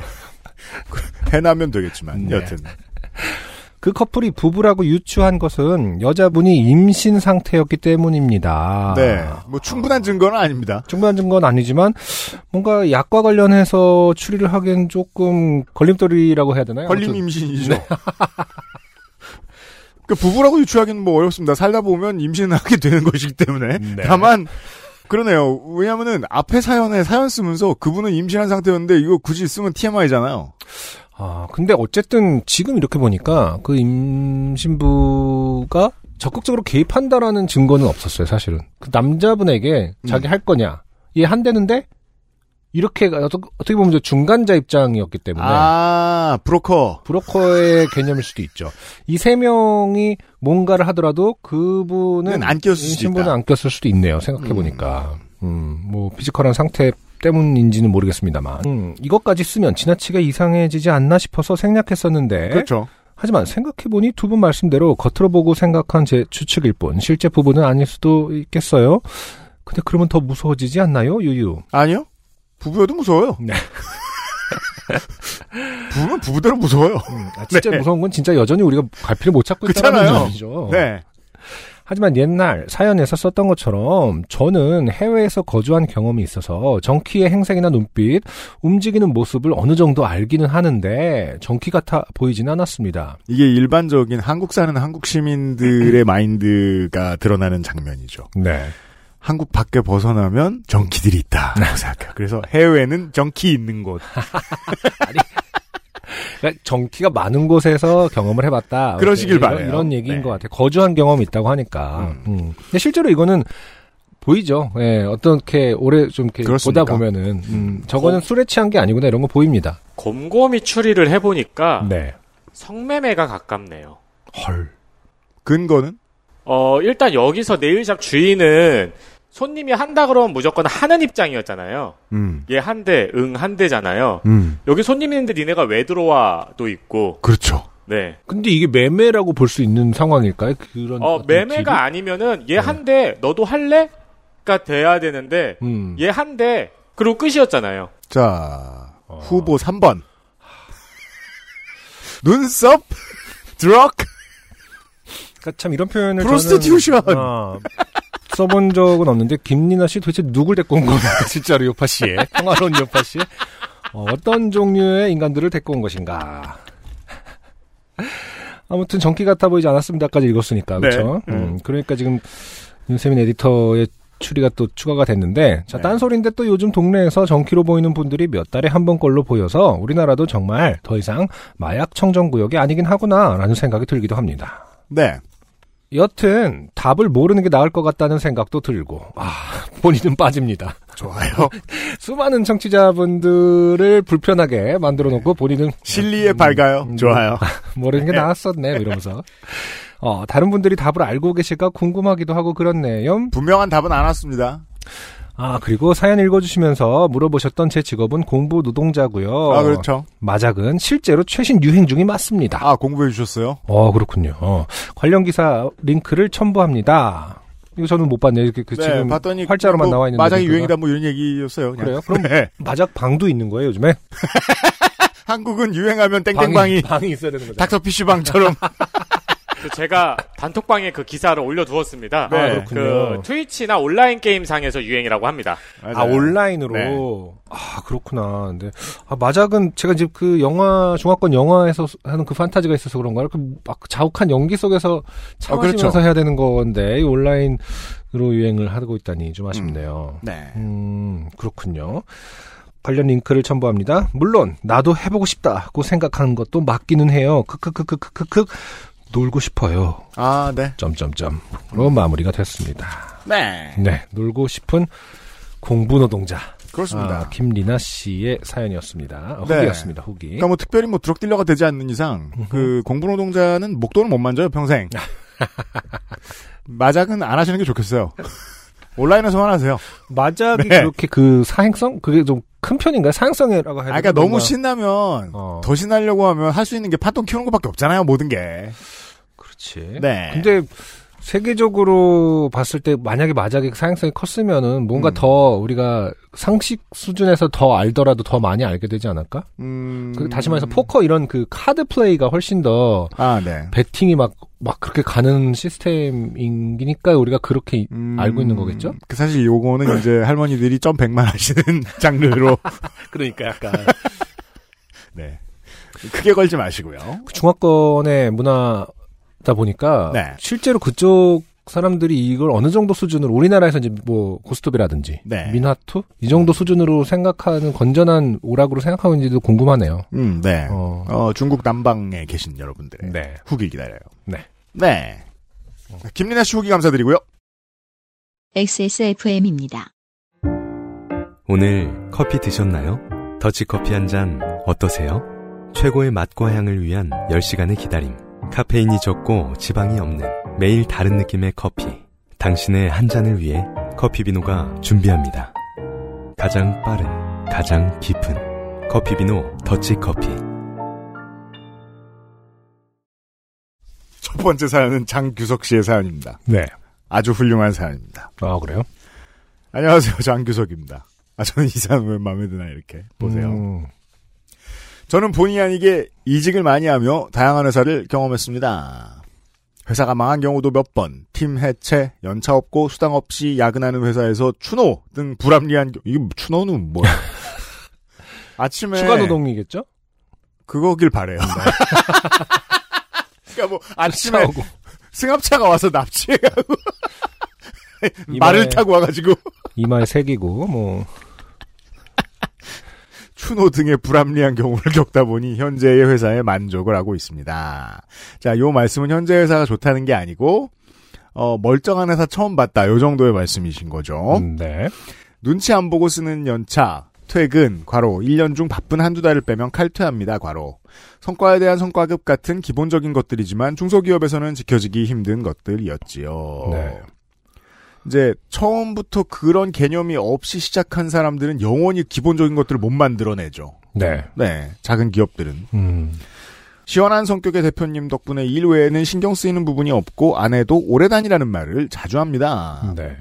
Speaker 1: 그, 해나면 되겠지만,
Speaker 2: 네.
Speaker 1: 여튼.
Speaker 2: 그 커플이 부부라고 유추한 것은 여자분이 임신 상태였기 때문입니다.
Speaker 1: 네. 뭐 충분한 증거는 아닙니다.
Speaker 2: 충분한 증거는 아니지만 뭔가 약과 관련해서 추리를 하기엔 조금 걸림돌이라고 해야 되나요?
Speaker 1: 걸림
Speaker 2: 아무튼 네.
Speaker 1: 임신이죠. 그 부부라고 유추하기는 뭐 어렵습니다. 살다 보면 임신을 하게 되는 것이기 때문에.
Speaker 2: 네.
Speaker 1: 다만 그러네요. 왜냐하면은 앞에 사연에 사연 쓰면서 그분은 임신한 상태였는데 이거 굳이 쓰면 TMI잖아요.
Speaker 2: 아 근데 어쨌든 지금 이렇게 보니까 그 임신부가 적극적으로 개입한다라는 증거는 없었어요. 사실은 그 남자분에게
Speaker 1: 음.
Speaker 2: 자기 할 거냐 얘 한대는데 이렇게 어- 어떻게 보면 이제 중간자 입장이었기 때문에
Speaker 1: 아 브로커.
Speaker 2: 브로커의 개념일 수도 있죠. 이 세 명이 뭔가를 하더라도 그분은
Speaker 1: 는안 꼈을 수도
Speaker 2: 신분은
Speaker 1: 있다.
Speaker 2: 안 꼈을 수도 있네요. 생각해 보니까. 음. 뭐 피지컬한 상태 때문인지는 모르겠습니다만. 음, 이것까지 쓰면 지나치게 이상해지지 않나 싶어서 생략했었는데.
Speaker 1: 그렇죠.
Speaker 2: 하지만 생각해 보니 두 분 말씀대로 겉으로 보고 생각한 제 추측일 뿐 실제 부분은 아닐 수도 있겠어요. 근데 그러면 더 무서워지지 않나요? 유유.
Speaker 1: 아니요. 부부여도 무서워요.
Speaker 2: 네.
Speaker 1: 부부는 부부대로 무서워요.
Speaker 2: 아, 진짜 무서운 건 진짜 여전히 우리가 갈피를 못 찾고 있다는
Speaker 1: 네. 그렇잖아요.
Speaker 2: 점이죠.
Speaker 1: 네.
Speaker 2: 하지만 옛날 사연에서 썼던 것처럼 저는 해외에서 거주한 경험이 있어서 정키의 행색이나 눈빛, 움직이는 모습을 어느 정도 알기는 하는데 정키 같아 보이진 않았습니다.
Speaker 1: 이게 일반적인 한국 사는 한국 시민들의 마인드가 드러나는 장면이죠.
Speaker 2: 네.
Speaker 1: 한국 밖에 벗어나면 정키들이 있다.
Speaker 2: 네.
Speaker 1: 라고 생각해요. 그래서 해외는 정키 있는 곳.
Speaker 2: 그러니까 정키가 많은 곳에서 경험을 해봤다.
Speaker 1: 그러시길
Speaker 2: 이런-
Speaker 1: 바래요.
Speaker 2: 이런 얘기인
Speaker 1: 네.
Speaker 2: 것 같아요. 거주한 경험이 있다고 하니까. 음. 근데 실제로 이거는 보이죠. 예, 어떻게 오래 좀 이렇게
Speaker 1: 그렇습니까? 어?
Speaker 2: 보다 보면은 음, 저거는 술에 취한 게 아니구나 이런 거 보입니다.
Speaker 7: 곰곰이 추리를 해보니까
Speaker 2: 네.
Speaker 7: 성매매가 가깝네요.
Speaker 2: 헐.
Speaker 1: 근거는?
Speaker 7: 어, 일단 여기서 네일샵 주인은 손님이 한다 그러면 무조건 하는 입장이었잖아요.
Speaker 1: 음.
Speaker 7: 얘 한 대, 응 한 대잖아요.
Speaker 1: 음.
Speaker 7: 여기 손님인데 니네가 왜 들어와도 있고,
Speaker 1: 그렇죠.
Speaker 7: 네.
Speaker 2: 근데 이게 매매라고 볼 수 있는 상황일까요? 그런
Speaker 7: 어,
Speaker 2: 어떤
Speaker 7: 매매가
Speaker 2: 딜이? 네.
Speaker 7: 아니면은 얘 한 대, 너도 할래? 가 돼야 되는데,
Speaker 2: 음.
Speaker 7: 얘 한 대, 그리고 끝이었잖아요.
Speaker 1: 자,
Speaker 2: 어.
Speaker 1: 후보 3번. 눈썹, 드럭,
Speaker 2: 그러니까 참 이런 표현을
Speaker 1: 프로스티튜션.
Speaker 2: 네, 저는, 아, 써본 적은 없는데 김리나 씨 도대체 누굴 데리고 온 겁니까? 진짜로 요파 씨의 평화로운 요파 씨의 어, 어떤 종류의 인간들을 데리고 온 것인가? 아무튼 정기 같아 보이지 않았습니다까지 읽었으니까 그렇죠.
Speaker 1: 네.
Speaker 2: 음, 그러니까 지금 윤세민 에디터의 추리가 또 추가가 됐는데 자
Speaker 1: 네.
Speaker 2: 딴소리인데 또 요즘 동네에서 정키로 보이는 분들이 몇 달에 한 번꼴로 보여서 우리나라도 정말 더 이상 마약 청정 구역이 아니긴 하구나라는 생각이 들기도 합니다.
Speaker 1: 네.
Speaker 2: 여튼 답을 모르는 게 나을 것 같다는 생각도 들고 아 본인은 빠집니다.
Speaker 1: 좋아요.
Speaker 2: 네. 수많은 청취자분들을 불편하게 만들어 놓고 본인은
Speaker 1: 실리에 밝아요.
Speaker 2: 음.
Speaker 1: 좋아요.
Speaker 2: 모르는 게 나았었네 뭐 이러면서 어 다른 분들이 답을 알고 계실까 궁금하기도 하고 그렇네요.
Speaker 1: 분명한 답은 안 왔습니다.
Speaker 2: 아 그리고 사연 읽어주시면서 물어보셨던 제 직업은 공부 노동자고요.
Speaker 1: 아, 그렇죠.
Speaker 2: 마작은 실제로 최신 유행 중이 맞습니다.
Speaker 1: 아, 공부해 주셨어요?
Speaker 2: 어 그렇군요. 어, 관련 기사 링크를 첨부합니다. 이거 저는 못 봤네요. 그, 그
Speaker 1: 네,
Speaker 2: 지금
Speaker 1: 봤더니
Speaker 2: 활자로만
Speaker 1: 뭐
Speaker 2: 나와 있는데
Speaker 1: 마장이
Speaker 2: 링크가.
Speaker 1: 유행이다 뭐 이런 얘기였어요. 그냥.
Speaker 2: 그래요? 그럼
Speaker 1: 네.
Speaker 2: 마작 방도 있는 거예요 요즘에?
Speaker 1: 한국은 유행하면 땡땡방이
Speaker 2: 방이 있어야 되는 거죠.
Speaker 1: 닥터 PC방처럼
Speaker 7: 그래서 제가 단톡방에 그 기사를 올려두었습니다.
Speaker 1: 네. 아,
Speaker 2: 그렇군요.
Speaker 7: 그 트위치나 온라인 게임상에서 유행이라고 합니다.
Speaker 2: 아 온라인으로
Speaker 1: 네.
Speaker 2: 아 그렇구나. 근데 아, 마작은 제가 이제 그 영화 중화권 영화에서 하는 그 판타지가 있어서 그런가요? 그막 자욱한 연기 속에서 참으시면서
Speaker 1: 그렇죠.
Speaker 2: 해야 되는 건데 이 온라인으로 유행을 하고 있다니 좀 아쉽네요.
Speaker 1: 네.
Speaker 2: 음 그렇군요. 관련 링크를 첨부합니다. 물론 나도 해보고 싶다고 생각하는 것도 맞기는 해요. 크크크크크크크 놀고 싶어요.
Speaker 1: 아, 네.
Speaker 2: 점점점으로 마무리가 됐습니다.
Speaker 1: 네.
Speaker 2: 네, 놀고 싶은 공부 노동자
Speaker 1: 그렇습니다.
Speaker 2: 아, 김리나 씨의 사연이었습니다. 어,
Speaker 1: 네.
Speaker 2: 후기였습니다. 후기.
Speaker 1: 그러니까 뭐 특별히 뭐 드럭 딜러가 되지 않는 이상 그 공부 노동자는 목돈을 못 만져요 평생. 마작은 안 하시는 게 좋겠어요. 온라인에서만 하세요. 아,
Speaker 2: 마작이
Speaker 1: 네.
Speaker 2: 그렇게 그 사행성 그게 좀 큰 편인가요? 사행성이라고 해야
Speaker 1: 아,
Speaker 2: 되나?
Speaker 1: 그러니까 너무
Speaker 2: 뭔가-
Speaker 1: 신나면
Speaker 2: 어.
Speaker 1: 더 신나려고 하면 할 수 있는 게 파동 키우는 것밖에 없잖아요 모든 게.
Speaker 2: 그렇지.
Speaker 1: 네.
Speaker 2: 근데 세계적으로 봤을 때 만약에 마작이 사행성이 컸으면은 뭔가
Speaker 1: 음.
Speaker 2: 더 우리가 상식 수준에서 더 알더라도 더 많이 알게 되지 않을까?
Speaker 1: 음.
Speaker 2: 그 다시 말해서 포커 이런 그 카드 플레이가 훨씬 더
Speaker 1: 아, 네.
Speaker 2: 배팅이 막, 막 그렇게 가는 시스템이니까 우리가 그렇게
Speaker 1: 음,
Speaker 2: 알고 있는 거겠죠?
Speaker 1: 그 사실 요거는 이제 할머니들이 점 100만 하시는 장르로.
Speaker 2: 그러니까 약간.
Speaker 1: 네. 크게 걸지 마시고요.
Speaker 2: 중화권의 문화다 보니까
Speaker 1: 네.
Speaker 2: 실제로 그쪽 사람들이 이걸 어느 정도 수준으로 우리나라에서 이제 뭐 고스톱이라든지
Speaker 1: 네.
Speaker 2: 민화투 이 정도 수준으로 생각하는 건전한 오락으로 생각하고 있는지도 궁금하네요.
Speaker 1: 음, 네. 어.
Speaker 2: 어.
Speaker 1: 중국 남방에 계신 여러분들의
Speaker 2: 네.
Speaker 1: 후기 기다려요.
Speaker 2: 네.
Speaker 1: 네. 김리나 씨 후기 감사드리고요.
Speaker 3: XSFM입니다.
Speaker 8: 오늘 커피 드셨나요? 더치커피 한 잔 어떠세요? 최고의 맛과 향을 위한 10시간의 기다림. 카페인이 적고 지방이 없는 매일 다른 느낌의 커피. 당신의 한 잔을 위해 커피비노가 준비합니다. 가장 빠른, 가장 깊은 커피비노 더치커피.
Speaker 1: 첫 번째 사연은 장규석 씨의 사연입니다.
Speaker 2: 네.
Speaker 1: 아주 훌륭한 사연입니다.
Speaker 2: 아 그래요?
Speaker 1: 안녕하세요. 장규석입니다. 아, 저는 이 사연 왜 마음에 드나 이렇게 보세요.
Speaker 2: 음.
Speaker 1: 저는 본의 아니게 이직을 많이 하며 다양한 회사를 경험했습니다. 회사가 망한 경우도 몇 번, 팀 해체, 연차 없고 수당 없이 야근하는 회사에서 추노 등 불합리한 겨- 이거 추노는 뭐야? 아침에
Speaker 2: 추가 노동이겠죠?
Speaker 1: 그거길 바래요. 그러니까 뭐 아침에
Speaker 2: 차오고.
Speaker 1: 승합차가 와서 납치해가고
Speaker 2: 이마에-
Speaker 1: 음, 말을 타고 와가지고
Speaker 2: 이마에 색이고 뭐
Speaker 1: 추노 등의 불합리한 경우를 겪다 보니 현재의 회사에 만족을 하고 있습니다. 자, 요 말씀은 현재 회사가 좋다는 게 아니고 어, 멀쩡한 회사 처음 봤다. 요 정도의 말씀이신 거죠.
Speaker 2: 음, 네.
Speaker 1: 눈치 안 보고 쓰는 연차, 퇴근, 과로, 1년 중 바쁜 한두 달을 빼면 칼퇴합니다, 과로. 성과에 대한 성과급 같은 기본적인 것들이지만 중소기업에서는 지켜지기 힘든 것들이었지요.
Speaker 2: 네.
Speaker 1: 이제 처음부터 그런 개념이 없이 시작한 사람들은 영원히 기본적인 것들을 못 만들어내죠.
Speaker 2: 네.
Speaker 1: 네, 작은 기업들은.
Speaker 2: 음.
Speaker 1: 시원한 성격의 대표님 덕분에 일 외에는 신경 쓰이는 부분이 없고 아내도 오래 다니라는 말을 자주 합니다.
Speaker 2: 네.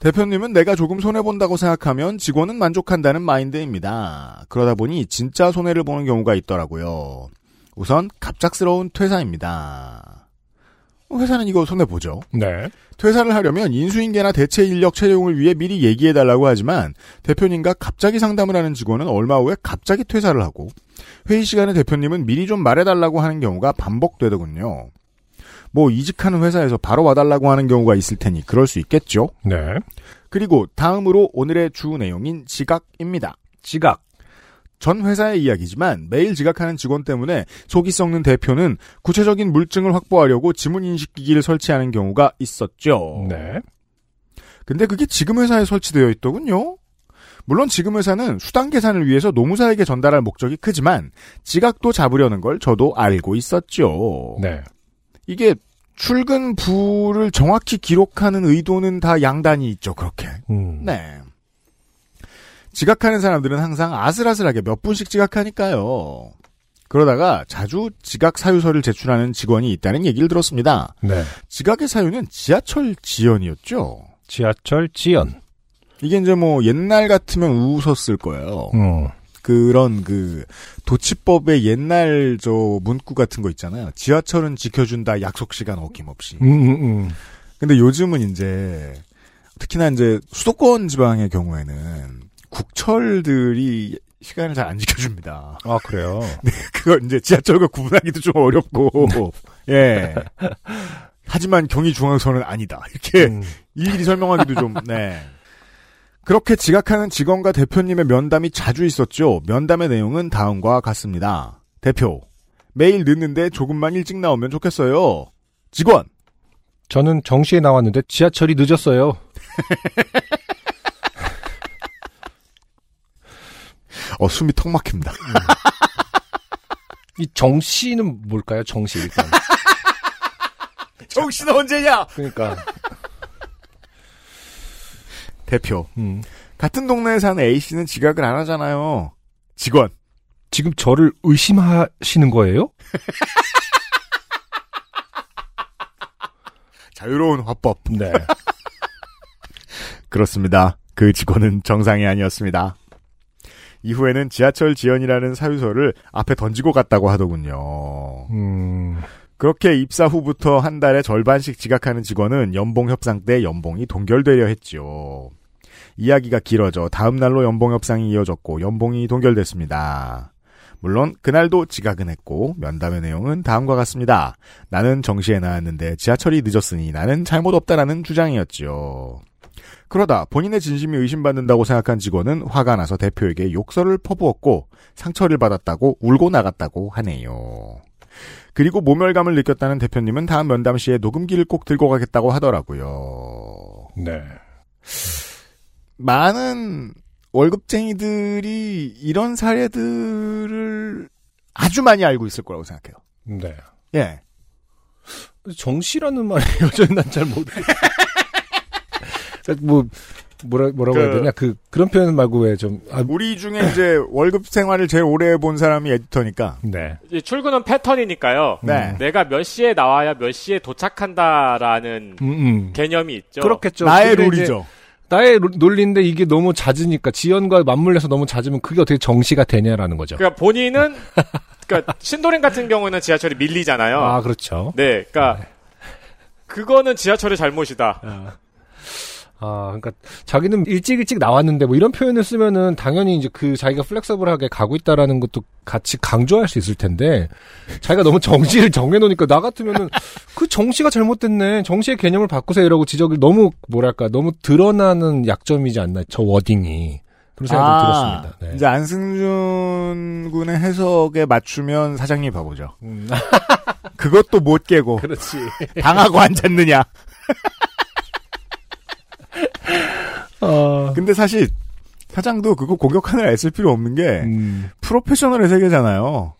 Speaker 1: 대표님은 내가 조금 손해본다고 생각하면 직원은 만족한다는 마인드입니다. 그러다 보니 진짜 손해를 보는 경우가 있더라고요. 우선 갑작스러운 퇴사입니다. 어, 회사는 이거 손해보죠.
Speaker 2: 네.
Speaker 1: 퇴사를 하려면 인수인계나 대체 인력 채용을 위해 미리 얘기해달라고 하지만 대표님과 갑자기 상담을 하는 직원은 얼마 후에 갑자기 퇴사를 하고 회의 시간에 대표님은 미리 좀 말해달라고 하는 경우가 반복되더군요. 뭐 이직하는 회사에서 바로 와달라고 하는 경우가 있을 테니 그럴 수 있겠죠.
Speaker 2: 네.
Speaker 1: 그리고 다음으로 오늘의 주 내용인 지각입니다. 지각. 전 회사의 이야기지만 매일 지각하는 직원 때문에 속이 썩는 대표는 구체적인 물증을 확보하려고 지문 인식 기기를 설치하는 경우가 있었죠.
Speaker 2: 네.
Speaker 1: 근데 그게 지금 회사에 설치되어 있더군요. 물론 지금 회사는 수당 계산을 위해서 노무사에게 전달할 목적이 크지만 지각도 잡으려는 걸 저도 알고 있었죠.
Speaker 2: 네.
Speaker 1: 이게 출근부를 정확히 기록하는 의도는 다 양단이 있죠. 그렇게.
Speaker 2: 음.
Speaker 1: 네. 지각하는 사람들은 항상 아슬아슬하게 몇 분씩 지각하니까요. 그러다가 자주 지각 사유서를 제출하는 직원이 있다는 얘기를 들었습니다.
Speaker 2: 네.
Speaker 1: 지각의 사유는 지하철 지연이었죠.
Speaker 2: 지하철 지연.
Speaker 1: 이게 이제 뭐 옛날 같으면 웃었을 거예요.
Speaker 2: 음.
Speaker 1: 그런 그 도치법의 옛날 저 문구 같은 거 있잖아요. 지하철은 지켜준다 약속 시간 어김없이.
Speaker 2: 음, 음, 음.
Speaker 1: 근데 요즘은 이제 특히나 이제 수도권 지방의 경우에는 국철들이 시간을 잘 안 지켜줍니다.
Speaker 2: 아, 그래요?
Speaker 1: 그걸 이제 지하철과 구분하기도 좀 어렵고
Speaker 2: 네.
Speaker 1: 예. 하지만 경의중앙선은 아니다. 이렇게
Speaker 2: 음.
Speaker 1: 일일이 설명하기도 좀, 네. 그렇게 지각하는 직원과 대표님의 면담이 자주 있었죠. 면담의 내용은 다음과 같습니다. 대표. 매일 늦는데 조금만 일찍 나오면 좋겠어요. 직원.
Speaker 2: 저는 정시에 나왔는데 지하철이 늦었어요.
Speaker 1: 어, 숨이 턱 막힙니다.
Speaker 2: 이 정시는 뭘까요? 정시 일단.
Speaker 1: 정신 언제냐?
Speaker 2: 그러니까.
Speaker 1: 대표.
Speaker 2: 음.
Speaker 1: 같은 동네에 사는 A씨는 지각을 안 하잖아요. 직원.
Speaker 2: 지금 저를 의심하시는 거예요?
Speaker 1: 자유로운 화법.
Speaker 2: 네.
Speaker 1: 그렇습니다. 그 직원은 정상이 아니었습니다. 이후에는 지하철 지연이라는 사유서를 앞에 던지고 갔다고 하더군요.
Speaker 2: 음.
Speaker 1: 그렇게 입사 후부터 한 달에 절반씩 지각하는 직원은 연봉 협상 때 연봉이 동결되려 했지요. 이야기가 길어져 다음 날로 연봉 협상이 이어졌고 연봉이 동결됐습니다. 물론 그날도 지각은 했고 면담의 내용은 다음과 같습니다. 나는 정시에 나왔는데 지하철이 늦었으니 나는 잘못 없다라는 주장이었지요. 그러다 본인의 진심이 의심받는다고 생각한 직원은 화가 나서 대표에게 욕설을 퍼부었고 상처를 받았다고 울고 나갔다고 하네요. 그리고 모멸감을 느꼈다는 대표님은 다음 면담 시에 녹음기를 꼭 들고 가겠다고 하더라고요.
Speaker 2: 네.
Speaker 1: 많은 월급쟁이들이 이런 사례들을 아주 많이 알고 있을 거라고 생각해요.
Speaker 2: 네.
Speaker 1: 예.
Speaker 2: 정시라는 말이 여전히 난 잘 모르겠어요. 뭐, 뭐라, 뭐라고 해야
Speaker 1: 그-
Speaker 2: 되냐. 그, 그런 표현 말고 왜 좀, 아,
Speaker 1: 우리 중에 이제 월급 생활을 제일 오래 본 사람이 에디터니까.
Speaker 2: 네.
Speaker 7: 이 출근은 패턴이니까요.
Speaker 1: 네.
Speaker 7: 내가 몇 시에 나와야 몇 시에 도착한다라는
Speaker 2: 음, 음.
Speaker 7: 개념이 있죠.
Speaker 2: 그렇겠죠.
Speaker 1: 나의
Speaker 2: 근데 이제
Speaker 1: 룰이죠.
Speaker 2: 나의 로- 논리인데 이게 너무 잦으니까 지연과 맞물려서 너무 잦으면 그게 어떻게 정시가 되냐라는 거죠.
Speaker 7: 그러니까 본인은 그러니까 신도림 같은 경우는 지하철이 밀리잖아요.
Speaker 2: 아 그렇죠.
Speaker 7: 네, 그러니까 그거는 지하철의 잘못이다.
Speaker 2: 네. 아 그러니까 자기는 일찍 일찍 나왔는데 뭐 이런 표현을 쓰면은 당연히 이제 그 자기가 플렉서블하게 가고 있다라는 것도 같이 강조할 수 있을 텐데 자기가 너무 정시를 정해놓으니까 나 같으면은 그 정시가 잘못됐네 정시의 개념을 바꾸세요 이러고 지적을 너무 뭐랄까 너무 드러나는 약점이지 않나 저 워딩이 그런 생각이
Speaker 1: 아.
Speaker 2: 들었습니다. 네.
Speaker 1: 이제 안승준 군의 해석에 맞추면 사장님 바보죠.
Speaker 2: 음,
Speaker 1: 그것도 못 깨고
Speaker 2: 그렇지.
Speaker 1: 당하고 앉았느냐.
Speaker 2: 어.
Speaker 1: 근데 사실 사장도 그거 공격하느라 애쓸 필요 없는 게
Speaker 2: 음.
Speaker 1: 프로페셔널의 세계잖아요.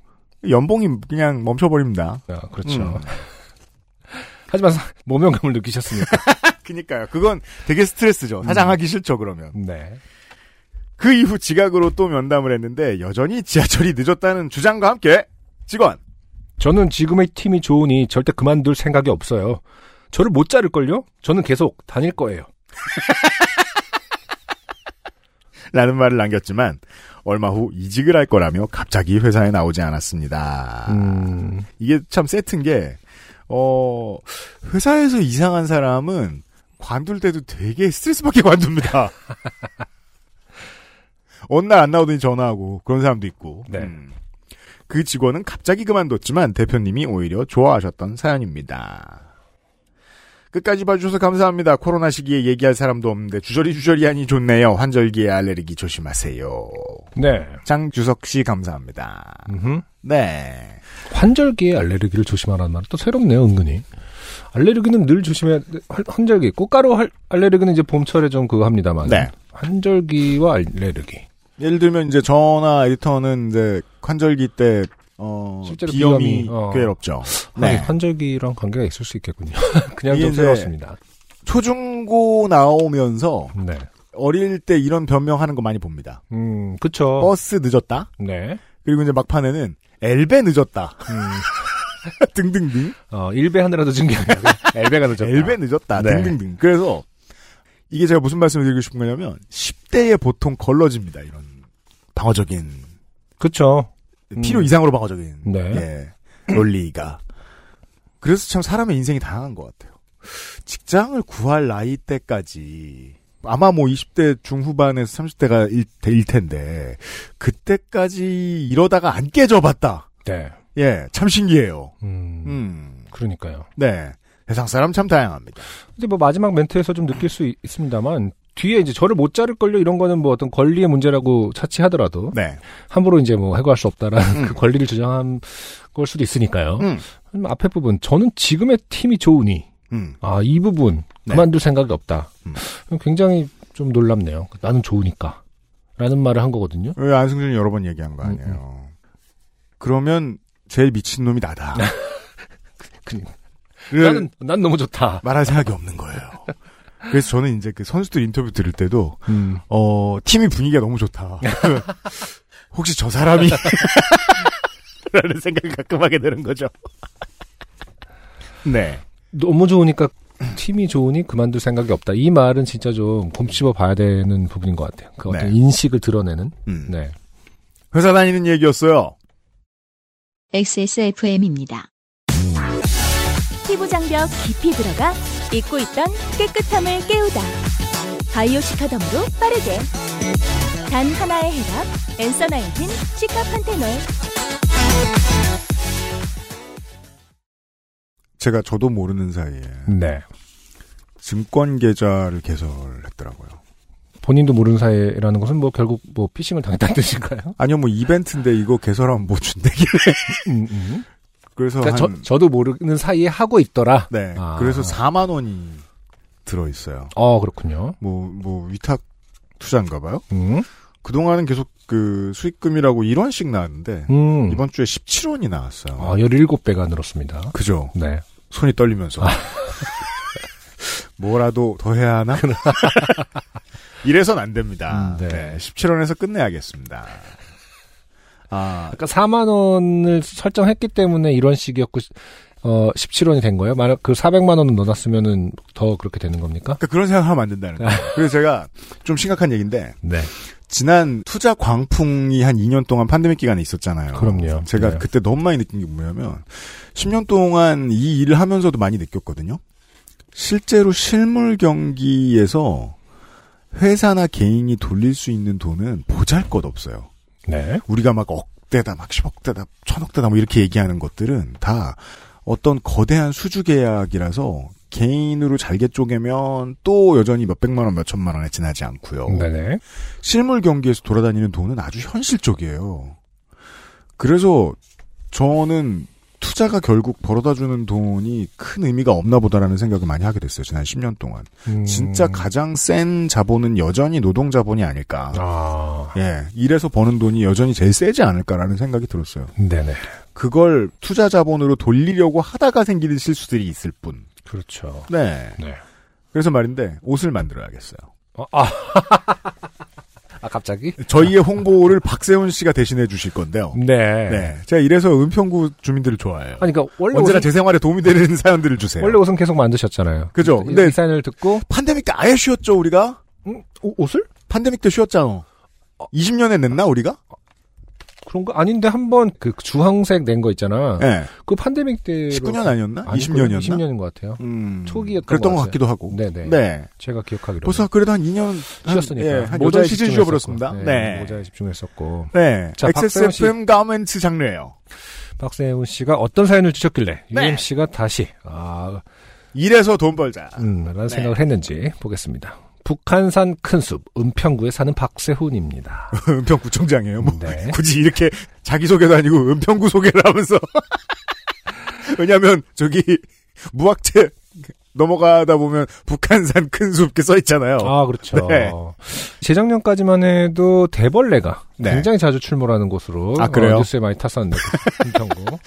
Speaker 1: 연봉이 그냥 멈춰버립니다.
Speaker 2: 아, 그렇죠.
Speaker 1: 음.
Speaker 2: 하지만 사- 모명감을 느끼셨으니까.
Speaker 1: 그니까요. 그건 되게 스트레스죠. 사장하기 싫죠, 그러면.
Speaker 2: 네.
Speaker 1: 그 이후 지각으로 또 면담을 했는데 여전히 지하철이 늦었다는 주장과 함께 직원.
Speaker 2: 저는 지금의 팀이 좋으니 절대 그만둘 생각이 없어요. 저를 못 자를걸요? 저는 계속 다닐 거예요.
Speaker 1: 라는 말을 남겼지만 얼마 후 이직을 할 거라며 갑자기 회사에 나오지 않았습니다.
Speaker 2: 음,
Speaker 1: 이게 참 세트인 게, 어, 회사에서 이상한 사람은 관둘 때도 되게 스트레스 받게 관둡니다. 어느 날 안 나오더니 전화하고 그런 사람도 있고.
Speaker 2: 네.
Speaker 1: 음. 그 직원은 갑자기 그만뒀지만 대표님이 오히려 좋아하셨던 사연입니다. 끝까지 봐주셔서 감사합니다. 코로나 시기에 얘기할 사람도 없는데 주저리 주저리하니 좋네요. 환절기에 알레르기 조심하세요.
Speaker 2: 네.
Speaker 1: 장주석 씨 감사합니다.
Speaker 2: 음흠.
Speaker 1: 네.
Speaker 2: 환절기에 알레르기를 조심하라는 말은 또 새롭네요, 은근히. 알레르기는 늘 조심해야, 할- 환절기. 꽃가루 할- 알레르기는 이제 봄철에 좀 그거 합니다만.
Speaker 1: 네.
Speaker 2: 환절기와 알레르기.
Speaker 1: 예를 들면 이제 저나 에디터는 이제 관절기 때 어,
Speaker 2: 실제로
Speaker 1: 비염이
Speaker 2: 비염이, 어.
Speaker 1: 괴롭죠.
Speaker 2: 네. 예,
Speaker 1: 네.
Speaker 2: 환절기랑 관계가 있을 수 있겠군요. 그냥
Speaker 1: 이게
Speaker 2: 좀
Speaker 1: 이제-
Speaker 2: 새롭습니다.
Speaker 1: 초중고 나오면서
Speaker 2: 네.
Speaker 1: 어릴 때 이런 변명하는 거 많이 봅니다.
Speaker 2: 음, 그쵸.
Speaker 1: 버스 늦었다.
Speaker 2: 네.
Speaker 1: 그리고 이제 막판에는 엘베 늦었다.
Speaker 2: 음.
Speaker 1: 등등등.
Speaker 2: 어, 1배 하느라도 증게 아니라 엘베가 늦었다.
Speaker 1: 엘베 늦었다.
Speaker 2: 그렇죠. 네.
Speaker 1: 등등등. 그래서 이게 제가 무슨 말씀을 드리고 싶은 거냐면 10대에 보통 걸러집니다. 이런 방어적인
Speaker 2: 그쵸.
Speaker 1: 네, 필요
Speaker 2: 음.
Speaker 1: 이상으로 방어적인
Speaker 2: 네.
Speaker 1: 예, 논리가 그래서 참 사람의 인생이 다양한 것 같아요. 직장을 구할 나이 때까지 아마 뭐 20대 중후반에서 30대가 일, 일 텐데 그때까지 이러다가 안 깨져봤다.
Speaker 2: 네.
Speaker 1: 예, 참 신기해요.
Speaker 2: 음,
Speaker 1: 음,
Speaker 2: 그러니까요.
Speaker 1: 네. 세상 사람 참 다양합니다.
Speaker 2: 근데 뭐 마지막 멘트에서 좀 느낄 수 있- 있습니다만, 뒤에 이제 저를 못 자를걸요 이런 거는 뭐 어떤 권리의 문제라고 차치하더라도,
Speaker 1: 네.
Speaker 2: 함부로 이제 뭐 해고할 수 없다라는 그 권리를 주장한 걸 수도 있으니까요.
Speaker 1: 음.
Speaker 2: 음, 앞에 부분, 저는 지금의 팀이 좋으니,
Speaker 1: 음.
Speaker 2: 아, 이 부분,
Speaker 1: 네.
Speaker 2: 그만둘 생각이 없다.
Speaker 1: 음.
Speaker 2: 굉장히 좀 놀랍네요. 나는 좋으니까. 라는 말을 한 거거든요.
Speaker 1: 왜 안승준이 여러 번 얘기한 거
Speaker 2: 음,
Speaker 1: 아니에요. 그러면 제일 미친 놈이 나다.
Speaker 2: 그-
Speaker 1: 를
Speaker 2: 나는, 난 너무 좋다.
Speaker 1: 말할 생각이 없는 거예요. 그래서 저는 이제 그 선수들 인터뷰 들을 때도
Speaker 2: 음.
Speaker 1: 어 팀이 분위기가 너무 좋다. 혹시 저 사람이 라는 생각을 가끔 하게 되는 거죠. 네.
Speaker 2: 너무 좋으니까 팀이 좋으니 그만둘 생각이 없다. 이 말은 진짜 좀 곰씹어 봐야 되는 부분인 것 같아요. 그 어떤
Speaker 1: 네.
Speaker 2: 인식을 드러내는.
Speaker 1: 음.
Speaker 2: 네.
Speaker 1: 회사 다니는 얘기였어요.
Speaker 3: XSFM입니다.
Speaker 4: 피부 장벽 깊이 들어가 잊고 있던 깨끗함을 깨우다. 바이오 시카덤으로 빠르게. 단 하나의 해답. 엔서 나인틴 시카 판테놀.
Speaker 1: 제가 저도 모르는 사이에
Speaker 2: 네.
Speaker 1: 증권 계좌를 개설했더라고요.
Speaker 2: 본인도 모르는 사이라는 것은 뭐 결국 뭐 피싱을 당했다는 뜻인가요?
Speaker 1: 아니요, 뭐 이벤트인데 이거 개설하면 못 준대기.
Speaker 2: 음, 음.
Speaker 1: 그래서
Speaker 2: 그러니까
Speaker 1: 한-
Speaker 2: 저, 저도 모르는 사이에 하고 있더라.
Speaker 1: 네.
Speaker 2: 아.
Speaker 1: 그래서 4만 원이 들어 있어요.
Speaker 2: 어, 그렇군요.
Speaker 1: 뭐 뭐 위탁 투자인가 봐요.
Speaker 2: 음.
Speaker 1: 그동안은 계속 그 수익금이라고 1원씩 나왔는데
Speaker 2: 음.
Speaker 1: 이번 주에 17원이 나왔어요.
Speaker 2: 아, 17배가 늘었습니다.
Speaker 1: 그죠?
Speaker 2: 네.
Speaker 1: 손이 떨리면서
Speaker 2: 아.
Speaker 1: 뭐라도 더 해야 하나? 이래선 안 됩니다.
Speaker 2: 음, 네.
Speaker 1: 17원에서 끝내야겠습니다. 아,
Speaker 2: 아. 아까 4만 원을 설정했기 때문에 이런 식이었고 어, 17원이 된 거예요? 만약 그 400만 원을 넣어놨으면은 더 그렇게 되는 겁니까?
Speaker 1: 그러니까 그런 생각하면 안 된다는 거예요. 그래서 제가 좀 심각한 얘기인데
Speaker 2: 네.
Speaker 1: 지난 투자 광풍이 한 2년 동안 팬데믹 기간에 있었잖아요.
Speaker 2: 그럼요.
Speaker 1: 제가
Speaker 2: 네.
Speaker 1: 그때 너무 많이 느낀 게 뭐냐면 10년 동안 이 일을 하면서도 많이 느꼈거든요. 실제로 실물 경기에서 회사나 개인이 돌릴 수 있는 돈은 보잘 것 없어요.
Speaker 2: 네.
Speaker 1: 우리가 막 억대다, 막 10억대다, 천억대다 뭐 이렇게 얘기하는 것들은 다 어떤 거대한 수주 계약이라서 개인으로 잘게 쪼개면 또 여전히 몇백만 원, 몇천만 원에 지나지 않고요.
Speaker 2: 네네.
Speaker 1: 실물 경기에서 돌아다니는 돈은 아주 현실적이에요. 그래서 저는 투자가 결국 벌어다주는 돈이 큰 의미가 없나 보다라는 생각을 많이 하게 됐어요. 지난 10년 동안.
Speaker 2: 음.
Speaker 1: 진짜 가장 센 자본은 여전히 노동 자본이 아닐까.
Speaker 2: 아,
Speaker 1: 예, 일해서 버는 돈이 여전히 제일 세지 않을까라는 생각이 들었어요.
Speaker 2: 네네.
Speaker 1: 그걸 투자 자본으로 돌리려고 하다가 생기는 실수들이 있을 뿐.
Speaker 2: 그렇죠.
Speaker 1: 네.
Speaker 2: 네.
Speaker 1: 그래서 말인데 옷을 만들어야겠어요.
Speaker 2: 어, 아. 아, 갑자기?
Speaker 1: 저희의 홍보를 박세훈 씨가 대신해 주실 건데요.
Speaker 2: 네.
Speaker 1: 네. 제가 이래서 은평구 주민들을 좋아해요.
Speaker 2: 아니, 그러니까 원래
Speaker 1: 언제나
Speaker 2: 옷은,
Speaker 1: 제 생활에 도움이 되는 사연들을 주세요.
Speaker 2: 원래 옷은 계속 만드셨잖아요.
Speaker 1: 그죠?
Speaker 2: 근데
Speaker 1: 근데
Speaker 2: 이 사연을 듣고
Speaker 1: 팬데믹 때 아예 쉬었죠, 우리가?
Speaker 2: 음, 오- 옷을
Speaker 1: 팬데믹 때 쉬었잖아.
Speaker 2: 어.
Speaker 1: 20년에 냈나, 우리가?
Speaker 2: 그런 거 아닌데 한번 그 주황색 낸 거 있잖아.
Speaker 1: 네.
Speaker 2: 그 팬데믹 때
Speaker 1: 19년 아니었나? 20년이었나?
Speaker 2: 20년인 것 같아요.
Speaker 1: 음.
Speaker 2: 초기였던
Speaker 1: 그랬던
Speaker 2: 것
Speaker 1: 것
Speaker 2: 같아요.
Speaker 1: 같기도 하고.
Speaker 2: 네네.
Speaker 1: 네.
Speaker 2: 제가 기억하기로
Speaker 1: 벌써 그래도 한 2년
Speaker 2: 쉬었으니까
Speaker 1: 예, 한
Speaker 2: 모자에
Speaker 1: 여덟 시즌
Speaker 2: 집중했었고.
Speaker 1: 쉬어버렸습니다. 네.
Speaker 2: 모자에 집중했었고
Speaker 1: 네.
Speaker 2: 자, 박세훈 씨.
Speaker 1: XSFM 가멘츠 장르예요.
Speaker 2: 박세훈 씨가 어떤 사연을 주셨길래
Speaker 1: 네.
Speaker 2: UM 씨가 다시 아
Speaker 1: 이래서 돈 벌자.
Speaker 2: 음, 라는
Speaker 1: 네.
Speaker 2: 생각을 했는지 보겠습니다. 북한산 큰 숲 은평구에 사는 박세훈입니다.
Speaker 1: 은평구청장이에요. 뭐
Speaker 2: 네.
Speaker 1: 굳이 이렇게 자기 소개도 아니고 은평구 소개를 하면서 왜냐하면 저기 무학체 넘어가다 보면 북한산 큰숲 이렇게 써 있잖아요.
Speaker 2: 아 그렇죠.
Speaker 1: 네.
Speaker 2: 재작년까지만 해도 대벌레가
Speaker 1: 네.
Speaker 2: 굉장히 자주 출몰하는 곳으로
Speaker 1: 아, 그래요?
Speaker 2: 어, 뉴스에 많이 탔었는데 그 은평구.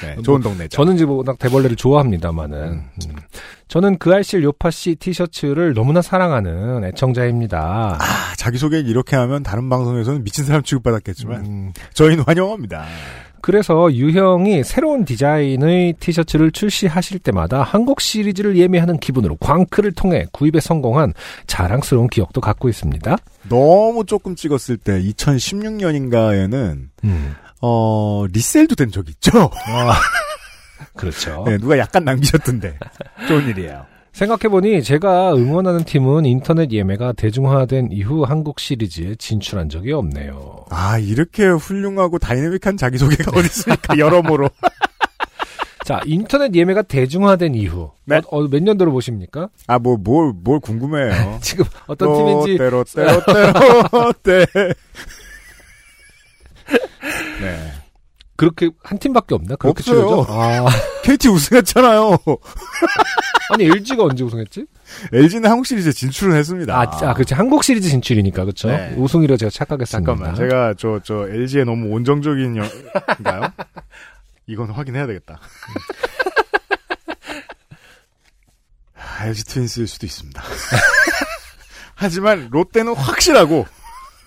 Speaker 1: 네,
Speaker 2: 뭐,
Speaker 1: 좋은 동네죠.
Speaker 2: 저는 이제 워낙 대벌레를 좋아합니다만은 음. 저는 그 알실 요파 씨 티셔츠를 너무나 사랑하는 애청자입니다.
Speaker 1: 아, 자기 소개 이렇게 하면 다른 방송에서는 미친 사람 취급받았겠지만
Speaker 2: 음,
Speaker 1: 저희는 환영합니다.
Speaker 2: 그래서 유형이 새로운 디자인의 티셔츠를 출시하실 때마다 한국 시리즈를 예매하는 기분으로 광크를 통해 구입에 성공한 자랑스러운 기억도 갖고 있습니다.
Speaker 1: 너무 조금 찍었을 때 2016년인가에는
Speaker 2: 음,
Speaker 1: 어 리셀도 된 적이 있죠.
Speaker 2: 그렇죠.
Speaker 1: 네, 누가 약간 남기셨던데 좋은 일이에요.
Speaker 2: 생각해보니 제가 응원하는 팀은 인터넷 예매가 대중화된 이후 한국 시리즈에 진출한 적이 없네요.
Speaker 1: 아 이렇게 훌륭하고 다이내믹한 자기소개가 어디 있습니까? 여러모로
Speaker 2: 자, 인터넷 예매가 대중화된 이후
Speaker 1: 네.
Speaker 2: 어, 어, 몇 년도로 보십니까?
Speaker 1: 아 뭐 뭘 뭘 궁금해요.
Speaker 2: 지금 어떤 네. 팀인지
Speaker 1: 때로 때로 때로 때. 네.
Speaker 2: 그렇게 한 팀밖에 없나? 그렇게
Speaker 1: 없어요.
Speaker 2: 치르죠? 아,
Speaker 1: KT 우승했잖아요.
Speaker 2: 아니 LG가 언제 우승했지?
Speaker 1: LG는 한국 시리즈에 진출을 했습니다.
Speaker 2: 아, 아, 그렇지. 한국 시리즈 진출이니까, 그렇죠
Speaker 1: 네.
Speaker 2: 우승이라 제가 착각했습니다.
Speaker 1: 잠깐만 제가 저 저 LG에 너무 온정적인 영인가요? 이건 확인해야 되겠다. 아, LG 트윈스일 수도 있습니다. 하지만 롯데는 확실하고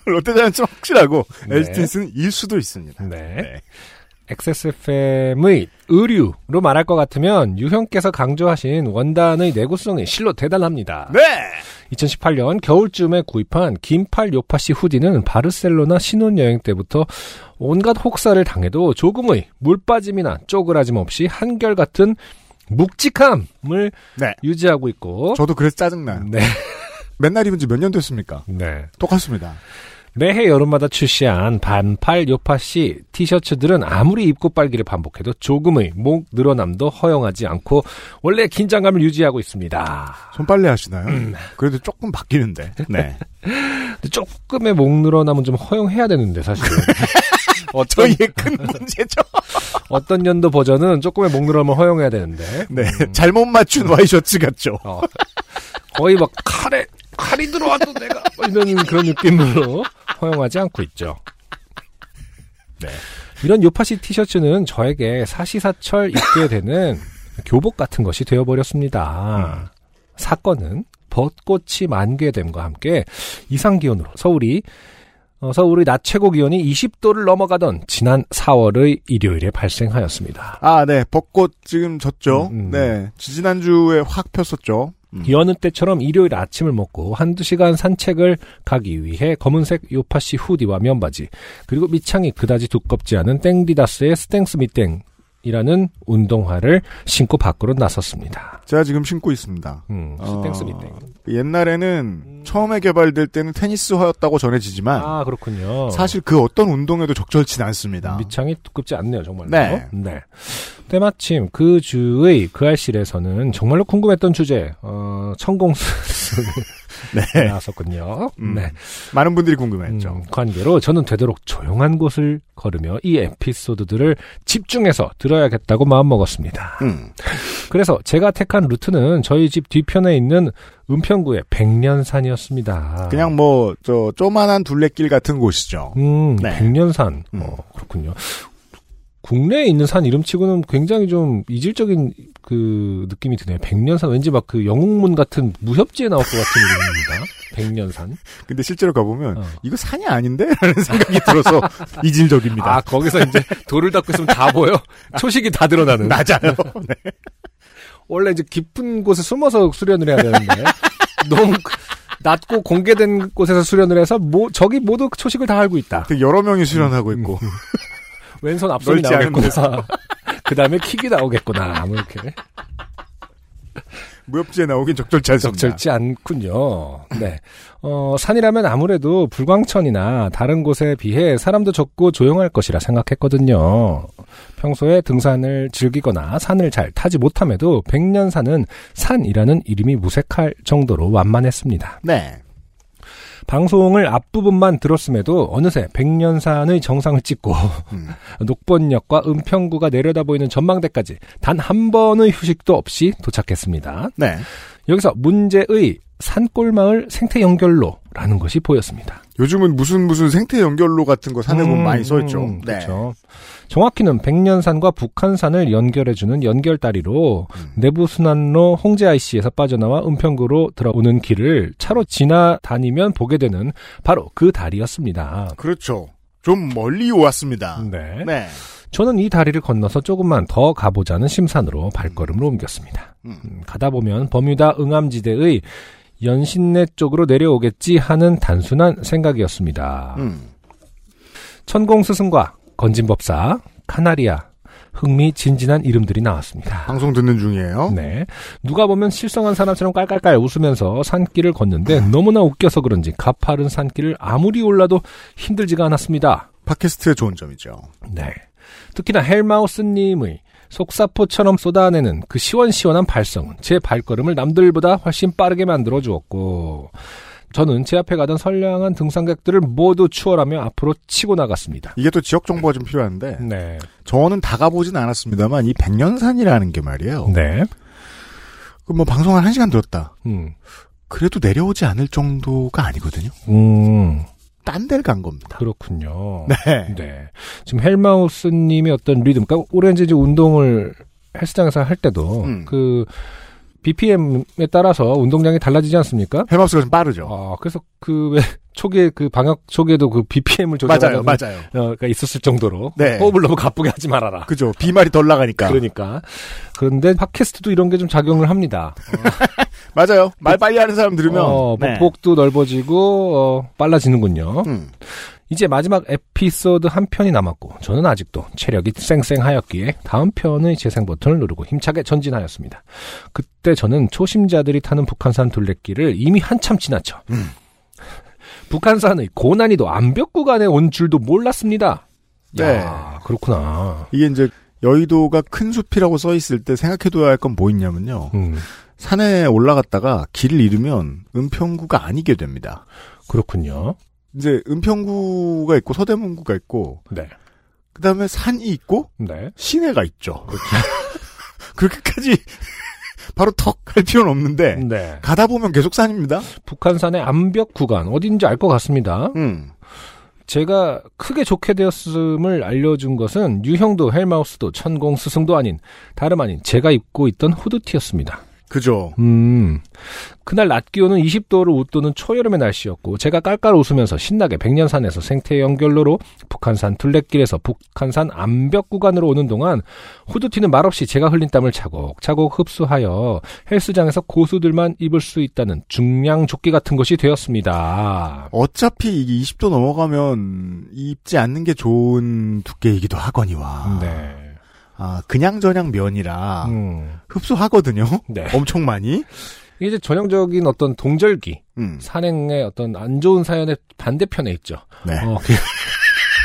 Speaker 1: 롯데 자이언츠는 확실하고
Speaker 2: 네.
Speaker 1: LG 트윈스는 일 수도 있습니다.
Speaker 2: 네. XSFM의 의류로 말할 것 같으면, 유형께서 강조하신 원단의 내구성이 실로 대단합니다.
Speaker 1: 네.
Speaker 2: 2018년 겨울쯤에 구입한 긴팔 요파시 후디는 바르셀로나 신혼여행 때부터 온갖 혹사를 당해도 조금의 물빠짐이나 쪼그라짐 없이 한결같은 묵직함을
Speaker 1: 네.
Speaker 2: 유지하고 있고,
Speaker 1: 저도 그래서 짜증나요.
Speaker 2: 네.
Speaker 1: 맨날 입은 지 몇 년 됐습니까?
Speaker 2: 네.
Speaker 1: 똑같습니다.
Speaker 2: 매해 여름마다 출시한 반팔 요파시 티셔츠들은 아무리 입고 빨기를 반복해도 조금의 목 늘어남도 허용하지 않고 원래 긴장감을 유지하고 있습니다.
Speaker 1: 손빨래 하시나요?
Speaker 2: 음.
Speaker 1: 그래도 조금 바뀌는데. 네.
Speaker 2: 근데 조금의 목 늘어남은 좀 허용해야 되는데 사실 어떤
Speaker 1: 저희의 큰 문제죠.
Speaker 2: 어떤 연도 버전은 조금의 목 늘어남을 허용해야 되는데
Speaker 1: 네. 잘못
Speaker 2: 음.
Speaker 1: 맞춘 와이셔츠 같죠.
Speaker 2: 어, 거의 막 칼에 칼이 들어와도 내가 막뭐 이런 그런 느낌으로 허용하지 않고 있죠.
Speaker 1: 네.
Speaker 2: 이런 요파시 티셔츠는 저에게 사시사철 입게 되는 교복 같은 것이 되어버렸습니다. 사건은 벚꽃이 만개됨과 함께 이상기온으로 서울이 어, 서울의 낮 최고 기온이 20도를 넘어가던 지난 4월의 일요일에 발생하였습니다.
Speaker 1: 아, 네. 벚꽃 지금 졌죠?
Speaker 2: 음, 예. 음.
Speaker 1: 네. 지난주에 확 폈었죠? 음.
Speaker 2: 여느 때처럼 일요일 아침을 먹고 한두 시간 산책을 가기 위해 검은색 요파시 후디와 면바지 그리고 밑창이 그다지 두껍지 않은 땡디다스의 스탱스 밑땡이라는 운동화를 신고 밖으로 나섰습니다.
Speaker 1: 제가 지금 신고 있습니다.
Speaker 2: 음,
Speaker 1: 어,
Speaker 2: 스탱스 밑땡.
Speaker 1: 옛날에는 처음에 개발될 때는 테니스화였다고 전해지지만
Speaker 2: 아 그렇군요.
Speaker 1: 사실 그 어떤 운동에도 적절치 는 않습니다.
Speaker 2: 밑창이 두껍지 않네요, 정말로.
Speaker 1: 네.
Speaker 2: 네. 때마침 그 주의 그 알실에서는 정말로 궁금했던 주제, 어, 천공술이
Speaker 1: 네.
Speaker 2: 나왔었군요.
Speaker 1: 음,
Speaker 2: 네.
Speaker 1: 많은 분들이
Speaker 2: 아. 음,
Speaker 1: 궁금했죠.
Speaker 2: 관계로 저는 되도록 조용한 곳을 걸으며 이 에피소드들을 집중해서 들어야겠다고 마음먹었습니다.
Speaker 1: 음.
Speaker 2: 그래서 제가 택한 루트는 저희 집 뒤편에 있는 은평구의 백년산이었습니다.
Speaker 1: 그냥 뭐, 저, 쪼만한 둘레길 같은 곳이죠.
Speaker 2: 음,
Speaker 1: 네.
Speaker 2: 백년산.
Speaker 1: 음.
Speaker 2: 어, 그렇군요. 국내에 있는 산 이름치고는 굉장히 좀 이질적인 그 느낌이 드네요. 백년산 왠지 막 그 영웅문 같은 무협지에 나올 것 같은 이름입니다. 백년산.
Speaker 1: 근데 실제로 가보면,
Speaker 2: 어.
Speaker 1: 이거 산이 아닌데? 라는 생각이 들어서 이질적입니다.
Speaker 2: 아 거기서 이제 돌을 닦고 있으면 다 보여. 초식이 다 드러나는.
Speaker 1: 맞아요. 네.
Speaker 2: 원래 이제 깊은 곳에 숨어서 수련을 해야 되는데 너무 낮고 공개된 곳에서 수련을 해서 모, 저기 모두 초식을 다 알고 있다.
Speaker 1: 되게 여러 명이 수련하고
Speaker 2: 음.
Speaker 1: 있고.
Speaker 2: 왼손 앞손이
Speaker 1: 넓지 않은
Speaker 2: 나오겠구나. 그 다음에 킥이 나오겠구나. 뭐 이렇게.
Speaker 1: 무협지에 나오긴 적절치 않습니다.
Speaker 2: 적절치 않군요. 네. 어, 산이라면 아무래도 불광천이나 다른 곳에 비해 사람도 적고 조용할 것이라 생각했거든요. 평소에 등산을 즐기거나 산을 잘 타지 못함에도 백년산은 산이라는 이름이 무색할 정도로 완만했습니다.
Speaker 1: 네.
Speaker 2: 방송을 앞부분만 들었음에도 어느새 백년산의 정상을 찍고
Speaker 1: 음.
Speaker 2: 녹번역과 은평구가 내려다보이는 전망대까지 단 한 번의 휴식도 없이 도착했습니다.
Speaker 1: 네.
Speaker 2: 여기서 문제의 산골마을 생태 연결로라는 것이 보였습니다.
Speaker 1: 요즘은 무슨 무슨 생태 연결로 같은 거 산에 보면
Speaker 2: 음,
Speaker 1: 많이 써있죠. 네.
Speaker 2: 음, 그렇죠. 정확히는 백년산과 북한산을 연결해주는 연결다리로
Speaker 1: 음.
Speaker 2: 내부순환로 홍제IC에서 빠져나와 은평구로 들어오는 길을 차로 지나다니면 보게 되는 바로 그 다리였습니다.
Speaker 1: 그렇죠. 좀 멀리 왔습니다.
Speaker 2: 네.
Speaker 1: 네.
Speaker 2: 저는 이 다리를 건너서 조금만 더 가보자는 심산으로 발걸음을 옮겼습니다.
Speaker 1: 음.
Speaker 2: 음, 가다 보면 버뮤다 응암지대의 연신내 쪽으로 내려오겠지 하는 단순한 생각이었습니다.
Speaker 1: 음.
Speaker 2: 천공 스승과 건진법사, 카나리아, 흥미진진한 이름들이 나왔습니다.
Speaker 1: 방송 듣는 중이에요.
Speaker 2: 네. 누가 보면 실성한 사람처럼 깔깔깔 웃으면서 산길을 걷는데 너무나 웃겨서 그런지 가파른 산길을 아무리 올라도 힘들지가 않았습니다.
Speaker 1: 팟캐스트의 좋은 점이죠.
Speaker 2: 네. 특히나 헬마우스님의 속사포처럼 쏟아내는 그 시원시원한 발성은 제 발걸음을 남들보다 훨씬 빠르게 만들어 주었고, 저는 제 앞에 가던 선량한 등산객들을 모두 추월하며 앞으로 치고 나갔습니다.
Speaker 1: 이게 또 지역 정보가 좀 필요한데
Speaker 2: 네.
Speaker 1: 저는 다 가보진 않았습니다만 이 백년산이라는 게 말이에요.
Speaker 2: 네.
Speaker 1: 그뭐 방송을 한 시간 들었다.
Speaker 2: 음.
Speaker 1: 그래도 내려오지 않을 정도가 아니거든요.
Speaker 2: 음,
Speaker 1: 딴 데를 간 겁니다.
Speaker 2: 그렇군요.
Speaker 1: 네.
Speaker 2: 네. 지금 헬마우스님의 어떤 리듬, 그러니까 오렌지 이제 운동을 헬스장에서 할 때도
Speaker 1: 음.
Speaker 2: 그 BPM에 따라서 운동량이 달라지지 않습니까?
Speaker 1: 헬마우스가 좀 빠르죠.
Speaker 2: 아, 그래서 그, 왜, 초기에, 그 방역 초기에도 그 BPM을 조절하는
Speaker 1: 맞아요, 맞아요.
Speaker 2: 어, 가 있었을 정도로.
Speaker 1: 네.
Speaker 2: 호흡을 너무 가쁘게 하지 말아라.
Speaker 1: 그죠. 비말이 덜 나가니까.
Speaker 2: 그러니까. 그런데 팟캐스트도 이런 게 좀 작용을 합니다.
Speaker 1: 맞아요. 말 빨리 하는 사람 들으면.
Speaker 2: 어,
Speaker 1: 네.
Speaker 2: 복복도 넓어지고, 어, 빨라지는군요.
Speaker 1: 음.
Speaker 2: 이제 마지막 에피소드 한 편이 남았고, 저는 아직도 체력이 쌩쌩하였기에 다음 편의 재생 버튼을 누르고 힘차게 전진하였습니다. 그때 저는 초심자들이 타는 북한산 둘레길을 이미 한참 지나쳐. 북한산의 고난이도 암벽 구간에 온 줄도 몰랐습니다.
Speaker 1: 네.
Speaker 2: 야, 그렇구나.
Speaker 1: 이게 이제 여의도가 큰 숲이라고 써 있을 때 생각해둬야 할 건 뭐 있냐면요.
Speaker 2: 음,
Speaker 1: 산에 올라갔다가 길을 잃으면 은평구가 아니게 됩니다.
Speaker 2: 그렇군요.
Speaker 1: 이제 은평구가 있고 서대문구가 있고
Speaker 2: 네.
Speaker 1: 그다음에 산이 있고
Speaker 2: 네.
Speaker 1: 시내가 있죠. 그렇게까지 바로 턱 할 필요는 없는데
Speaker 2: 네.
Speaker 1: 가다 보면 계속 산입니다.
Speaker 2: 북한산의 암벽 구간 어딘지 알 것 같습니다.
Speaker 1: 음.
Speaker 2: 제가 크게 좋게 되었음을 알려준 것은 유형도 헬마우스도 천공 스승도 아닌 다름 아닌 제가 입고 있던 후드티였습니다.
Speaker 1: 그죠.
Speaker 2: 음. 그날 낮 기온은 20도를 웃도는 초여름의 날씨였고 제가 깔깔 웃으면서 신나게 백년산에서 생태 연결로로 북한산 둘레길에서 북한산 암벽 구간으로 오는 동안 후드티는 말없이 제가 흘린 땀을 차곡차곡 흡수하여 헬스장에서 고수들만 입을 수 있다는 중량 조끼 같은 것이 되었습니다.
Speaker 1: 어차피 이게 20도 넘어가면 입지 않는 게 좋은 두께이기도 하거니와.
Speaker 2: 네.
Speaker 1: 아, 그냥저냥 면이라
Speaker 2: 음.
Speaker 1: 흡수하거든요.
Speaker 2: 네.
Speaker 1: 엄청 많이.
Speaker 2: 이게 이제 전형적인 어떤 동절기,
Speaker 1: 음.
Speaker 2: 산행의 어떤 안 좋은 사연의 반대편에 있죠.
Speaker 1: 네.
Speaker 2: 어, 그-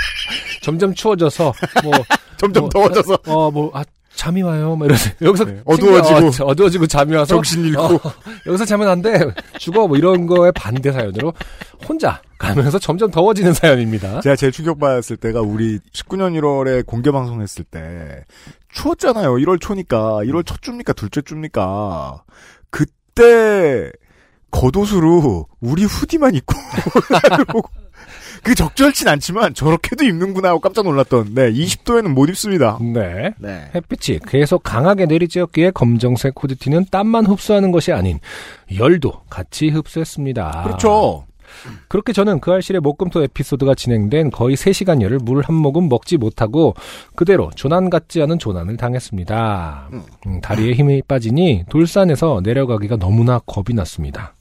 Speaker 2: 점점 추워져서 뭐
Speaker 1: 점점
Speaker 2: 뭐,
Speaker 1: 더워져서
Speaker 2: 어, 뭐, 아, 잠이 와요. 막 이러면서. 여기서.
Speaker 1: 네, 어두워지고.
Speaker 2: 어, 저- 어두워지고 잠이 와서.
Speaker 1: 정신 잃고.
Speaker 2: 어, 여기서 자면 안 돼. 죽어. 뭐 이런 거에 반대 사연으로 혼자 가면서 점점 더워지는 사연입니다.
Speaker 1: 제가 제일 충격받았을 때가 우리 19년 1월에 공개 방송했을 때 추웠잖아요. 1월 초니까 1월 첫 주입니까 둘째 주입니까 그때 겉옷으로 우리 후디만 입고 올라오고 그 적절진 않지만 저렇게도 입는구나 하고 깜짝 놀랐던 네 20도에는 못 입습니다.
Speaker 2: 네.
Speaker 1: 네.
Speaker 2: 햇빛이 계속 강하게 내리쬐었기에 검정색 후드티는 땀만 흡수하는 것이 아닌 열도 같이 흡수했습니다.
Speaker 1: 그렇죠.
Speaker 2: 그렇게 저는 그 알실의 목금토 에피소드가 진행된 거의 3시간여를 물 한 모금 먹지 못하고 그대로 조난 같지 않은 조난을 당했습니다. 음, 다리에 힘이 빠지니 돌산에서 내려가기가 너무나 겁이 났습니다.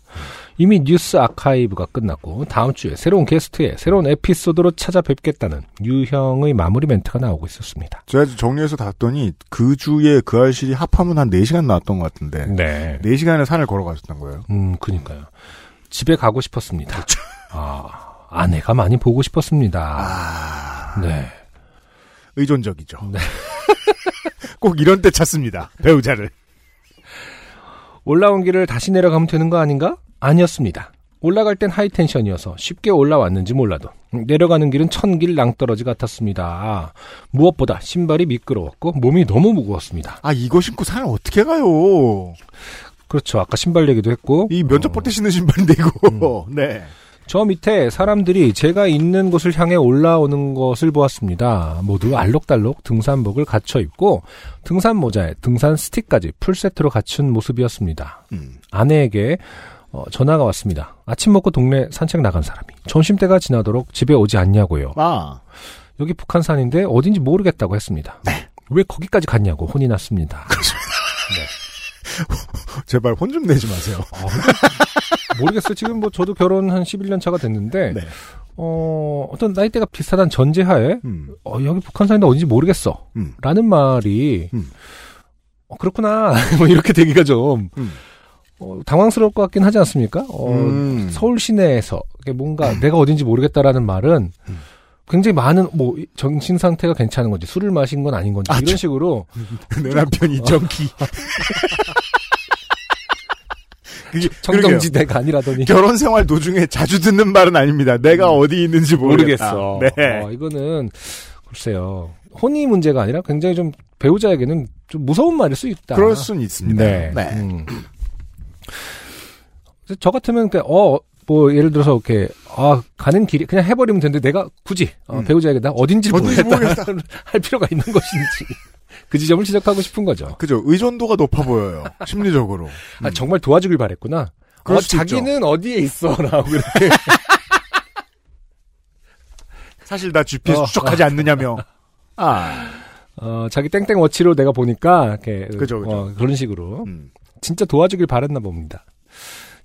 Speaker 2: 이미 뉴스 아카이브가 끝났고 다음 주에 새로운 게스트의 새로운 에피소드로 찾아뵙겠다는 유형의 마무리 멘트가 나오고 있었습니다.
Speaker 1: 제가 정리해서 봤더니 그 주에 그 알실이 합하면 한 4시간 나왔던 것 같은데
Speaker 2: 네.
Speaker 1: 4시간을 산을 걸어가셨던 거예요.
Speaker 2: 음, 그니까요. 집에 가고 싶었습니다. 아, 아내가 많이 보고 싶었습니다.
Speaker 1: 아...
Speaker 2: 네.
Speaker 1: 의존적이죠. 꼭 이런 때 찾습니다. 배우자를.
Speaker 2: 올라온 길을 다시 내려가면 되는 거 아닌가? 아니었습니다. 올라갈 땐 하이텐션이어서 쉽게 올라왔는지 몰라도 음, 내려가는 길은 천길 낭떠러지 같았습니다. 무엇보다 신발이 미끄러웠고 몸이 너무 무거웠습니다.
Speaker 1: 아, 이거 신고 산을 어떻게 가요?
Speaker 2: 그렇죠. 아까 신발 얘기도 했고
Speaker 1: 이 면접 볼 때 신는 신발인데, 이거. 네.
Speaker 2: 저 밑에 사람들이 제가 있는 곳을 향해 올라오는 것을 보았습니다. 모두 알록달록 등산복을 갖춰 입고 등산 모자에 등산 스틱까지 풀세트로 갖춘 모습이었습니다.
Speaker 1: 음.
Speaker 2: 아내에게 어, 전화가 왔습니다. 아침 먹고 동네 산책 나간 사람이 점심때가 지나도록 집에 오지 않냐고요.
Speaker 1: 아,
Speaker 2: 여기 북한산인데 어딘지 모르겠다고 했습니다.
Speaker 1: 네.
Speaker 2: 왜 거기까지 갔냐고 혼이 났습니다.
Speaker 1: 제발 혼 좀 내지 마세요.
Speaker 2: 어, 모르겠어요. 지금 뭐 저도 결혼 한 11년 차가 됐는데
Speaker 1: 네.
Speaker 2: 어, 어떤 나이대가 비슷하다는 전제하에
Speaker 1: 음.
Speaker 2: 어, 여기 북한산인데 어딘지 모르겠어.
Speaker 1: 음.
Speaker 2: 라는 말이,
Speaker 1: 음.
Speaker 2: 어, 그렇구나. 뭐 이렇게 되기가 좀,
Speaker 1: 음.
Speaker 2: 어, 당황스러울 것 같긴 하지 않습니까? 어,
Speaker 1: 음.
Speaker 2: 서울 시내에서 이게 뭔가 내가 어딘지 모르겠다라는 말은
Speaker 1: 음.
Speaker 2: 굉장히 많은, 뭐, 이- 정신 상태가 괜찮은 건지 술을 마신 건 아닌 건지
Speaker 1: 아,
Speaker 2: 이런
Speaker 1: 저-
Speaker 2: 식으로
Speaker 1: 내 남편이 정기. 그게, 그러게요.
Speaker 2: 청정지대가 아니라더니.
Speaker 1: 결혼 생활 도중에 자주 듣는 말은 아닙니다. 내가 어디 있는지 음. 모르겠다.
Speaker 2: 모르겠어.
Speaker 1: 네.
Speaker 2: 어, 이거는, 글쎄요. 혼이 문제가 아니라 굉장히 좀 배우자에게는 좀 무서운 말일 수 있다.
Speaker 1: 그럴 순 있습니다.
Speaker 2: 네. 음. 그래서 저 같으면 그 어. 뭐 예를 들어서 이렇게 아 가는 길이 그냥 해버리면 되는데 내가 굳이 어,
Speaker 1: 음.
Speaker 2: 배우자에게 나 어딘지
Speaker 1: 어딘지
Speaker 2: 모르겠다, 할 필요가 있는 것인지 그 지점을 지적하고 싶은 거죠.
Speaker 1: 그죠. 의존도가 높아 보여요. 심리적으로.
Speaker 2: 아 정말 도와주길 바랬구나.
Speaker 1: 음. 그럴
Speaker 2: 어,
Speaker 1: 수도 있죠.
Speaker 2: 자기는 어디에 있어라고 이렇게
Speaker 1: 사실 나 GPS
Speaker 2: 어.
Speaker 1: 추적하지 않느냐며. 아.
Speaker 2: 어, 자기 땡땡 워치로 내가 보니까 이렇게
Speaker 1: 그죠, 그죠.
Speaker 2: 어, 그런 식으로
Speaker 1: 음.
Speaker 2: 진짜 도와주길 바랬나 봅니다.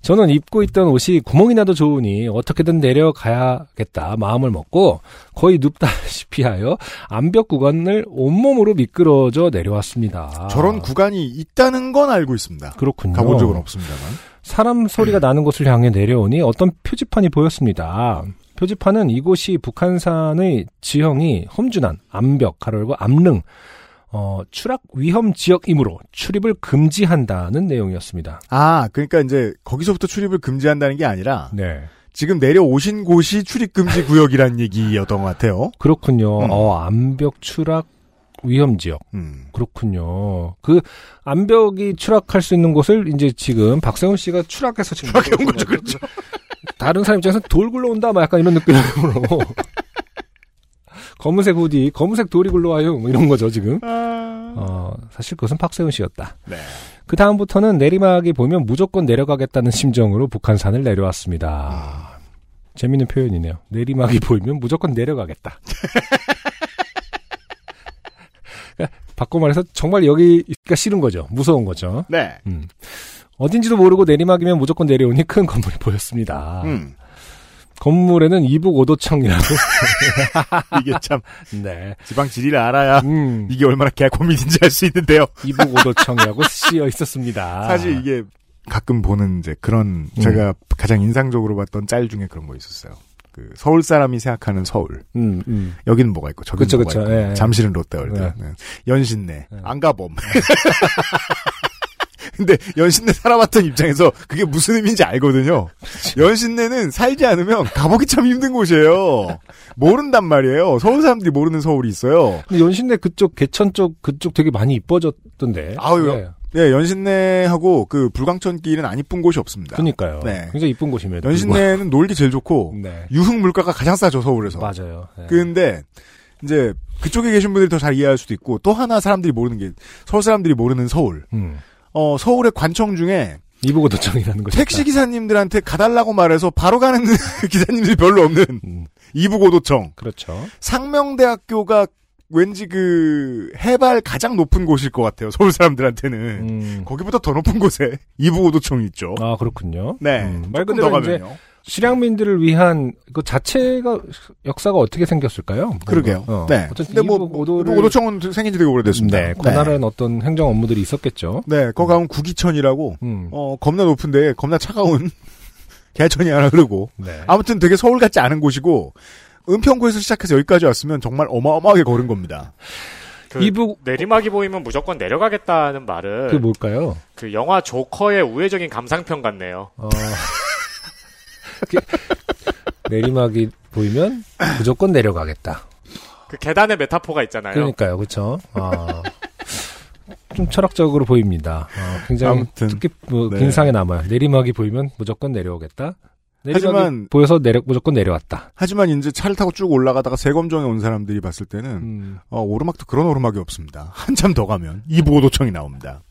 Speaker 2: 저는 입고 있던 옷이 구멍이 나도 좋으니 어떻게든 내려가야겠다 마음을 먹고 거의 눕다시피 하여 암벽 구간을 온몸으로 미끄러져 내려왔습니다.
Speaker 1: 저런 구간이 있다는 건 알고 있습니다.
Speaker 2: 그렇군요.
Speaker 1: 가본 적은 없습니다만.
Speaker 2: 사람 소리가 나는 곳을 향해 내려오니 어떤 표지판이 보였습니다. 표지판은 이곳이 북한산의 지형이 험준한 암벽 가로열고 암릉 어, 추락 위험 지역이므로 출입을 금지한다는 내용이었습니다.
Speaker 1: 아, 그러니까 이제 거기서부터 출입을 금지한다는 게 아니라
Speaker 2: 네.
Speaker 1: 지금 내려오신 곳이 출입 금지 구역이란 얘기였던 것 같아요.
Speaker 2: 그렇군요.
Speaker 1: 음.
Speaker 2: 어, 암벽 추락 위험 지역.
Speaker 1: 음.
Speaker 2: 그렇군요. 그 암벽이 추락할 수 있는 곳을 이제 지금 박세훈 씨가 추락해서 지금 추락해 온 거죠. 그렇죠. 다른 사람 입장에서 돌 굴러온다 막 약간 이런 느낌으로. 검은색 후디, 검은색 돌이 굴러와요. 뭐 이런 거죠, 지금. 어, 사실 그것은 박세훈 씨였다.
Speaker 1: 네.
Speaker 2: 그 다음부터는 내리막이 보면 무조건 내려가겠다는 심정으로 북한산을 음. 내려왔습니다. 재밌는 표현이네요. 내리막이 보이면 무조건 내려가겠다. 그러니까 바꿔 말해서 정말 여기가 싫은 거죠. 무서운 거죠.
Speaker 1: 네.
Speaker 2: 음. 어딘지도 모르고 내리막이면 무조건 내려오니 큰 건물이 보였습니다.
Speaker 1: 음.
Speaker 2: 건물에는 이북 오도청이라고.
Speaker 1: 이게 참
Speaker 2: 네.
Speaker 1: 지방 지리를 알아야
Speaker 2: 음,
Speaker 1: 이게 얼마나 개고민인지 알 수 있는데요.
Speaker 2: 이북 오도청이라고 쓰여 있었습니다.
Speaker 1: 사실 이게 가끔 보는 이제 그런 제가 가장 인상적으로 봤던 짤 중에 그런 거 있었어요. 그 서울 사람이 생각하는 서울.
Speaker 2: 음, 음.
Speaker 1: 여기는 뭐가 있고 저기는
Speaker 2: 그쵸,
Speaker 1: 뭐가
Speaker 2: 그쵸.
Speaker 1: 있고
Speaker 2: 예, 예.
Speaker 1: 잠실은 롯데월드
Speaker 2: 예.
Speaker 1: 네. 연신내 안가봄 근데 연신내 살아봤던 입장에서 그게 무슨 의미인지 알거든요 연신내는 살지 않으면 가보기 참 힘든 곳이에요 모른단 말이에요 서울 사람들이 모르는 서울이 있어요
Speaker 2: 근데 연신내 그쪽 개천 쪽 그쪽 되게 많이 이뻐졌던데.
Speaker 1: 아유,
Speaker 2: 네.
Speaker 1: 네 연신내하고 그 불광천길은 안 이쁜 곳이 없습니다
Speaker 2: 그러니까요.
Speaker 1: 네.
Speaker 2: 굉장히 이쁜 곳임에도.
Speaker 1: 연신내는 놀기 제일
Speaker 2: 불구하고.
Speaker 1: 좋고
Speaker 2: 네.
Speaker 1: 유흥 물가가 가장 싸죠 서울에서
Speaker 2: 맞아요. 네.
Speaker 1: 근데 이제 그쪽에 계신 분들이 더 잘 이해할 수도 있고 또 하나 사람들이 모르는 게 서울 사람들이 모르는 서울.
Speaker 2: 음.
Speaker 1: 어 서울의 관청 중에
Speaker 2: 이북 오도청이라는 거죠.
Speaker 1: 택시 기사님들한테 가달라고 말해서 바로 가는 기사님들이 별로 없는
Speaker 2: 음.
Speaker 1: 이부고도청.
Speaker 2: 그렇죠.
Speaker 1: 상명대학교가 왠지 그 해발 가장 높은 곳일 것 같아요. 서울 사람들한테는
Speaker 2: 음.
Speaker 1: 네. 거기보다 더 높은 곳에 이부고도청이 있죠.
Speaker 2: 아 그렇군요.
Speaker 1: 네.
Speaker 2: 음, 말
Speaker 1: 조금 더
Speaker 2: 그대로 이제
Speaker 1: 가면요.
Speaker 2: 실향민들을 위한 그 자체가 역사가 어떻게 생겼을까요? 뭔가,
Speaker 1: 그러게요.
Speaker 2: 어.
Speaker 1: 네.
Speaker 2: 어쨌든
Speaker 1: 근데 뭐
Speaker 2: 이북 오도를
Speaker 1: 이부고도청은 생긴 지 되게 오래됐습니다.
Speaker 2: 네, 음. 관할한 어떤 행정 업무들이 있었겠죠.
Speaker 1: 네, 거기 가면 구기천이라고
Speaker 2: 음.
Speaker 1: 어, 겁나 높은데 겁나 차가운 개천이 하나 흐르고
Speaker 2: 네.
Speaker 1: 아무튼 되게 서울 같지 않은 곳이고 은평구에서 시작해서 여기까지 왔으면 정말 어마어마하게 걸은 겁니다.
Speaker 7: 그
Speaker 2: 이북
Speaker 7: 내리막이 보이면 무조건 내려가겠다는 말은
Speaker 2: 그게 뭐-
Speaker 7: 그,
Speaker 2: 뭘까요?
Speaker 7: 영화 조커의 우회적인 감상평 같네요.
Speaker 2: 어. 그 내리막이 보이면 무조건 내려가겠다.
Speaker 7: 그 계단의 메타포가 있잖아요.
Speaker 2: 그러니까요, 그렇죠. 좀 철학적으로 보입니다. 어, 굉장히
Speaker 1: 아무튼,
Speaker 2: 특히 뭐
Speaker 1: 네.
Speaker 2: 인상에 남아요. 내리막이 보이면 무조건 내려오겠다. 내리막이
Speaker 1: 하지만-
Speaker 2: 보여서 내려 무조건 내려왔다.
Speaker 1: 하지만 이제 차를 타고 쭉 올라가다가 세검정에 온 사람들이 봤을 때는
Speaker 2: 음.
Speaker 1: 어, 오르막도 그런 오르막이 없습니다. 한참 더 가면 이보도청이 나옵니다.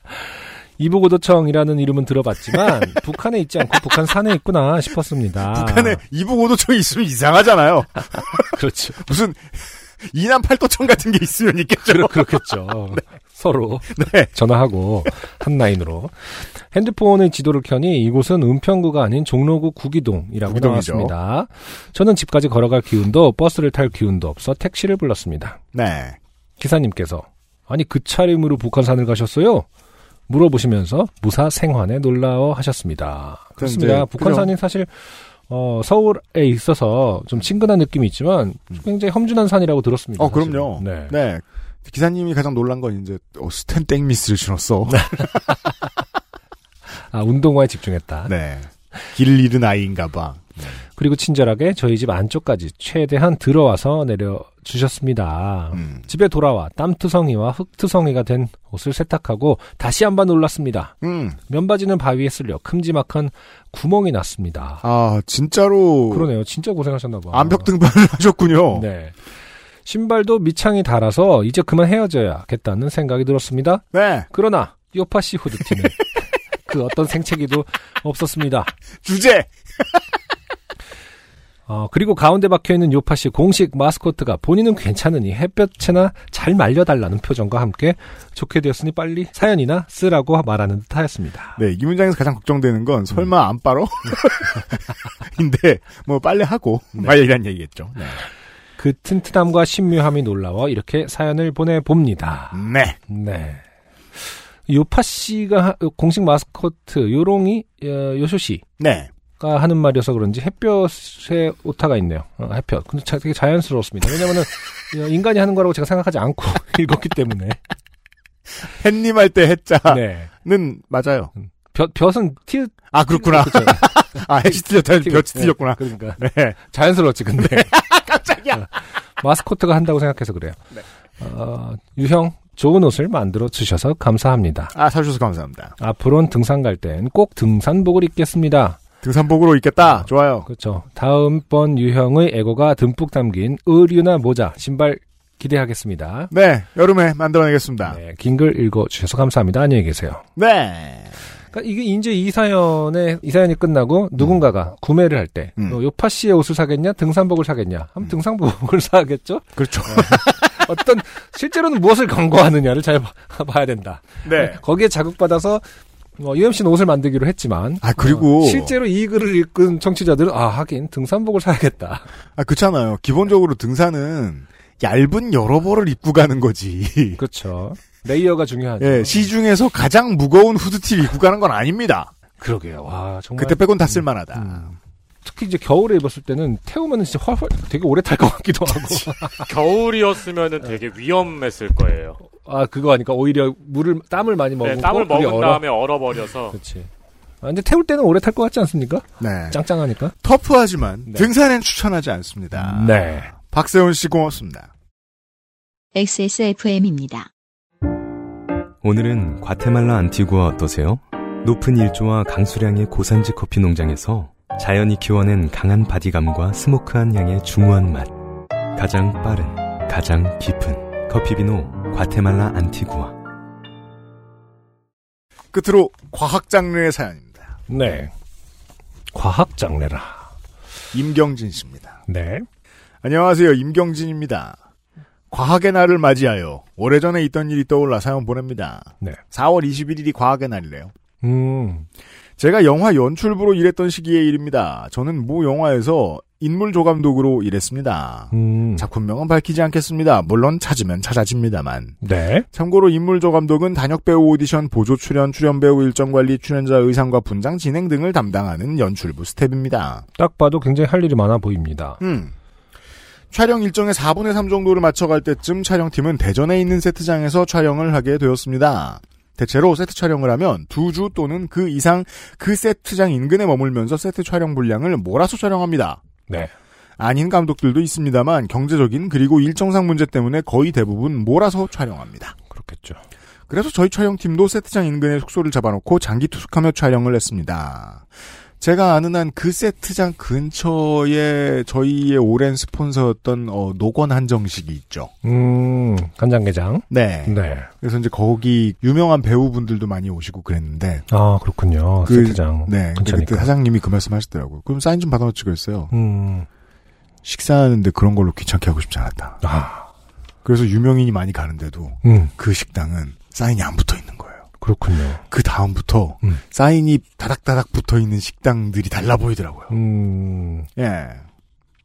Speaker 2: 이북오도청이라는 이름은 들어봤지만 북한에 있지 않고 북한 산에 있구나 싶었습니다.
Speaker 1: 북한에 이보도청이 있으면 이상하잖아요.
Speaker 2: 그렇죠.
Speaker 1: 무슨 이남 팔도청 같은 게 있으면 있겠죠.
Speaker 2: 그렇, 그렇겠죠. 서로
Speaker 1: 네.
Speaker 2: 전화하고 한 라인으로 핸드폰의 지도를 켜니 이곳은 은평구가 아닌 종로구 구기동이라고
Speaker 1: 구기동이죠.
Speaker 2: 나왔습니다. 저는 집까지 걸어갈 기운도 버스를 탈 기운도 없어 택시를 불렀습니다.
Speaker 1: 네.
Speaker 2: 기사님께서 아니 그 차림으로 북한산을 가셨어요? 물어보시면서 무사 생환에 놀라워 하셨습니다. 그렇습니다.
Speaker 1: 이제
Speaker 2: 북한산이 사실 어, 서울에 있어서 좀 친근한 느낌이 있지만 굉장히 험준한 산이라고 들었습니다.
Speaker 1: 음. 어,
Speaker 2: 사실은.
Speaker 1: 그럼요.
Speaker 2: 네.
Speaker 1: 네. 기사님이 가장 놀란 건 이제 어, 스탠 땡미스를 신었어. 네.
Speaker 2: 아, 운동화에
Speaker 1: 네.
Speaker 2: 집중했다.
Speaker 1: 길 잃은 아이인가 봐.
Speaker 2: 그리고 친절하게 저희 집 안쪽까지 최대한 들어와서 내려 주셨습니다.
Speaker 1: 음.
Speaker 2: 집에 돌아와 땀투성이와 흙투성이가 된 옷을 세탁하고 다시 한번 놀랐습니다.
Speaker 1: 음.
Speaker 2: 면바지는 바위에 쓸려 큼지막한 구멍이 났습니다.
Speaker 1: 아, 진짜로
Speaker 2: 그러네요. 진짜 고생하셨나 봐.
Speaker 1: 암벽 등반을 하셨군요. 네.
Speaker 2: 네. 신발도 밑창이 달아서 이제 그만 헤어져야겠다는 생각이 들었습니다.
Speaker 1: 네.
Speaker 2: 그러나 요파시 후드티는 그 어떤 생채기도 없었습니다.
Speaker 1: 주제.
Speaker 2: 어, 그리고 가운데 박혀있는 요파시 공식 마스코트가 본인은 괜찮으니 햇볕에나 잘 말려달라는 표정과 함께 좋게 되었으니 빨리 사연이나 쓰라고 말하는 듯 하였습니다.
Speaker 1: 네, 이 문장에서 가장 걱정되는 건
Speaker 2: 음.
Speaker 1: 설마 안 빨어? 인데 뭐 빨래 하고 말이란 얘기겠죠. 네.
Speaker 2: 그 튼튼함과 신묘함이 놀라워 이렇게 사연을 보내봅니다.
Speaker 1: 네.
Speaker 2: 네. 요파씨가 하- 공식 마스코트 요롱이 어, 요쇼씨
Speaker 1: 네.
Speaker 2: 가 하는 말이어서 그런지 햇볕에 오타가 있네요. 어, 햇볕. 근데 자- 되게 자연스러웠습니다. 왜냐면은 어, 인간이 하는 거라고 제가 생각하지 않고 읽었기 때문에.
Speaker 1: 햇님 할 때 햇자는
Speaker 2: 네.
Speaker 1: 맞아요.
Speaker 2: 볕, 볕은 티
Speaker 1: 아 그렇구나.
Speaker 2: 그죠.
Speaker 1: 아 햇이 틀렸다는
Speaker 2: 티-
Speaker 1: 볕이 틀렸구나.
Speaker 2: 네, 그러니까
Speaker 1: 네.
Speaker 2: 자연스러웠지 근데. 깜짝이야. 마스코트가 한다고 생각해서 그래요.
Speaker 1: 네.
Speaker 2: 어, 유형 좋은 옷을 만들어 주셔서 감사합니다.
Speaker 1: 아 사주셔서 감사합니다.
Speaker 2: 앞으로는 등산 갈 땐 꼭 등산복을 입겠습니다.
Speaker 1: 등산복으로
Speaker 2: 어.
Speaker 1: 입겠다. 좋아요.
Speaker 2: 그렇죠. 다음번 유형의 에고가 듬뿍 담긴 의류나 모자, 신발 기대하겠습니다.
Speaker 1: 네, 여름에 만들어내겠습니다.
Speaker 2: 네, 긴 글 읽어주셔서 감사합니다. 안녕히 계세요.
Speaker 1: 네.
Speaker 2: 그러니까 이게 이제 이 사연에 이 사연이 끝나고 누군가가 구매를 할 때
Speaker 1: 음.
Speaker 2: 너 요파 씨의 옷을 사겠냐 등산복을 사겠냐 하면 등산복을 사겠죠
Speaker 1: 그렇죠.
Speaker 2: 어떤 실제로는 무엇을 광고하느냐를 잘 봐, 봐야 된다
Speaker 1: 네.
Speaker 2: 거기에 자극받아서 어, UMC는 옷을 만들기로 했지만
Speaker 1: 아, 그리고.
Speaker 2: 어, 실제로 이 글을 읽은 청취자들은 아 하긴 등산복을 사야겠다
Speaker 1: 아, 그렇잖아요. 기본적으로 등산은 얇은 여러 벌을 입고 가는 거지.
Speaker 2: 그렇죠 레이어가 중요하죠
Speaker 1: 예, 시중에서 가장 무거운 후드티를 입고 가는 건 아닙니다.
Speaker 2: 그러게요 와 정말
Speaker 1: 그때 빼곤 다 쓸만하다.
Speaker 2: 음. 특히 이제 겨울에 입었을 때는 태우면 진짜 훨훨 되게 오래 탈 것 같기도 하고
Speaker 7: 겨울이었으면은 되게 위험했을 거예요.
Speaker 2: 아 그거 하니까 오히려 물을 땀을 많이 먹고
Speaker 7: 네, 땀을
Speaker 2: 그게
Speaker 7: 먹은
Speaker 2: 뭐 얼어.
Speaker 7: 다음에 얼어버려서
Speaker 2: 그렇지. 아, 근데 태울 때는 오래 탈 것 같지 않습니까?
Speaker 1: 네.
Speaker 2: 짱짱하니까.
Speaker 1: 터프하지만
Speaker 2: 음. 네.
Speaker 1: 등산엔 추천하지 않습니다.
Speaker 2: 네.
Speaker 1: 박세훈 씨 고맙습니다.
Speaker 3: XSFM입니다.
Speaker 8: 오늘은 과테말라 안티구아 어떠세요? 높은 일조와 강수량의 고산지 커피 농장에서 자연이 키워낸 강한 바디감과 스모크한 향의 중후한 맛. 가장 빠른, 가장 깊은 커피비노 과테말라 안티구아.
Speaker 1: 끝으로 과학 장르의 사연입니다.
Speaker 2: 네. 과학 장르라.
Speaker 1: 임경진 씨입니다.
Speaker 2: 네.
Speaker 1: 안녕하세요. 임경진입니다. 과학의 날을 맞이하여 오래전에 있던 일이 떠올라 사연 보냅니다.
Speaker 2: 네.
Speaker 1: 4월 21일이 과학의 날이래요.
Speaker 2: 음.
Speaker 1: 제가 영화 연출부로 일했던 시기의 일입니다. 저는 모 영화에서 인물 조감독으로 일했습니다.
Speaker 2: 음.
Speaker 1: 작품명은 밝히지 않겠습니다. 물론 찾으면 찾아집니다만.
Speaker 2: 네.
Speaker 1: 참고로 인물조 감독은 단역 배우 오디션 보조 출연, 출연 배우 일정 관리, 출연자 의상과 분장 진행 등을 담당하는 연출부 스텝입니다.
Speaker 2: 딱 봐도 굉장히 할 일이 많아 보입니다.
Speaker 1: 음. 촬영 일정의 4분의 3 정도를 맞춰갈 때쯤 촬영팀은 대전에 있는 세트장에서 촬영을 하게 되었습니다. 대체로 세트 촬영을 하면 두 주 또는 그 이상 그 세트장 인근에 머물면서 세트 촬영 분량을 몰아서 촬영합니다.
Speaker 2: 네.
Speaker 1: 아닌 감독들도 있습니다만 경제적인 그리고 일정상 문제 때문에 거의 대부분 몰아서 촬영합니다.
Speaker 2: 그렇겠죠.
Speaker 1: 그래서 저희 촬영팀도 세트장 인근에 숙소를 잡아놓고 장기 투숙하며 촬영을 했습니다. 제가 아는 한 그 세트장 근처에 저희의 오랜 스폰서였던 어, 노건 한정식이 있죠.
Speaker 2: 음. 간장게장.
Speaker 1: 네.
Speaker 2: 네.
Speaker 1: 그래서 이제 거기 유명한 배우분들도 많이 오시고 그랬는데
Speaker 2: 아, 그렇군요.
Speaker 1: 그-
Speaker 2: 세트장.
Speaker 1: 네. 근데 그때
Speaker 2: 괜찮으니까.
Speaker 1: 사장님이 그 말씀하시더라고요. 그럼 사인 좀 받아놓치고 했어요.
Speaker 2: 음.
Speaker 1: 식사하는데 그런 걸로 귀찮게 하고 싶지 않았다.
Speaker 2: 아.
Speaker 1: 그래서 유명인이 많이 가는데도
Speaker 2: 음.
Speaker 1: 그 식당은 사인이 안 붙어 있는 거예요.
Speaker 2: 그렇군요.
Speaker 1: 그 다음부터
Speaker 2: 음.
Speaker 1: 사인이 다닥다닥 붙어 있는 식당들이 달라 보이더라고요.
Speaker 2: 음.
Speaker 1: 예.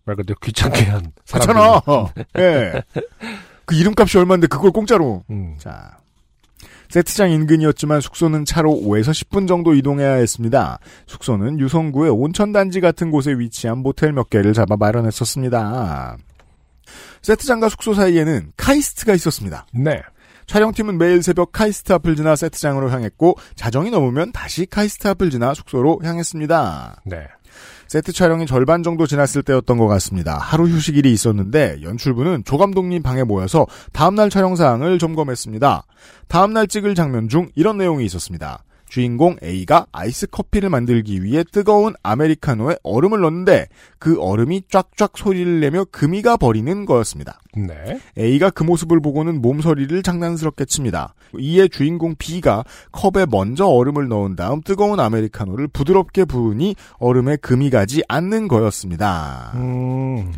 Speaker 2: 말 그대로 귀찮게 한. 사람들.
Speaker 1: 그렇잖아. 예. 그 이름값이 얼마인데 그걸 공짜로.
Speaker 2: 음.
Speaker 1: 자. 세트장 인근이었지만 숙소는 차로 5에서 10분 정도 이동해야 했습니다. 숙소는 유성구의 온천단지 같은 곳에 위치한 모텔 몇 개를 잡아 마련했었습니다. 세트장과 숙소 사이에는 카이스트가 있었습니다.
Speaker 2: 네.
Speaker 1: 촬영팀은 매일 새벽 카이스트 앞을 지나 세트장으로 향했고 자정이 넘으면 다시 카이스트 앞을 지나 숙소로 향했습니다.
Speaker 2: 네.
Speaker 1: 세트 촬영이 절반 정도 지났을 때였던 것 같습니다. 하루 휴식일이 있었는데 연출부는 조 감독님 방에 모여서 다음날 촬영 사항을 점검했습니다. 다음날 찍을 장면 중 이런 내용이 있었습니다. 주인공 A가 아이스 커피를 만들기 위해 뜨거운 아메리카노에 얼음을 넣는데 그 얼음이 쫙쫙 소리를 내며 금이가 버리는 거였습니다.
Speaker 2: 네.
Speaker 1: A가 그 모습을 보고는 몸서리를 장난스럽게 칩니다. 이에 주인공 B가 컵에 먼저 얼음을 넣은 다음 뜨거운 아메리카노를 부드럽게 부으니 얼음에 금이 가지 않는 거였습니다.
Speaker 2: 음.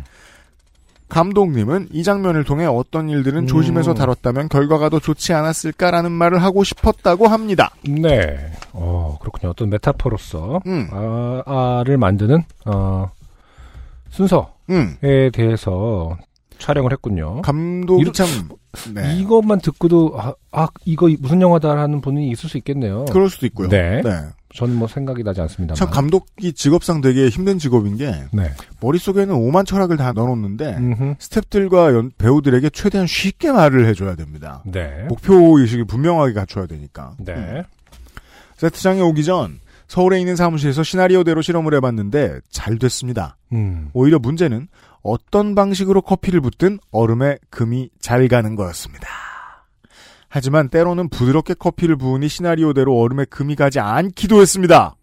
Speaker 1: 감독님은 이 장면을 통해 어떤 일들은
Speaker 2: 음.
Speaker 1: 조심해서 다뤘다면 결과가 더 좋지 않았을까라는 말을 하고 싶었다고 합니다.
Speaker 2: 네. 어, 그렇군요. 어떤 메타포로서
Speaker 1: 음.
Speaker 2: 아, 아를 만드는 어, 순서에
Speaker 1: 음.
Speaker 2: 대해서 촬영을 했군요.
Speaker 1: 감독이
Speaker 2: 이렇-
Speaker 1: 참 네.
Speaker 2: 이것만 듣고도 아, 아, 이거 무슨 영화다라는 분이 있을 수 있겠네요.
Speaker 1: 그럴 수도 있고요.
Speaker 2: 네.
Speaker 1: 네.
Speaker 2: 저는 뭐 생각이 나지 않습니다만.
Speaker 1: 참 감독이 직업상 되게 힘든 직업인 게
Speaker 2: 네.
Speaker 1: 머릿속에는 오만 철학을 다 넣어놓는데
Speaker 2: 음흠.
Speaker 1: 스탭들과 연- 배우들에게 최대한 쉽게 말을 해줘야 됩니다.
Speaker 2: 네.
Speaker 1: 목표 의식을 분명하게 갖춰야 되니까. 음.
Speaker 2: 네.
Speaker 1: 세트장에 오기 전 서울에 있는 사무실에서 시나리오대로 실험을 해봤는데 잘 됐습니다.
Speaker 2: 음.
Speaker 1: 오히려 문제는 어떤 방식으로 커피를 붓든 얼음에 금이 잘 가는 거였습니다. 하지만 때로는 부드럽게 커피를 부으니 시나리오대로 얼음에 금이 가지 않기도 했습니다.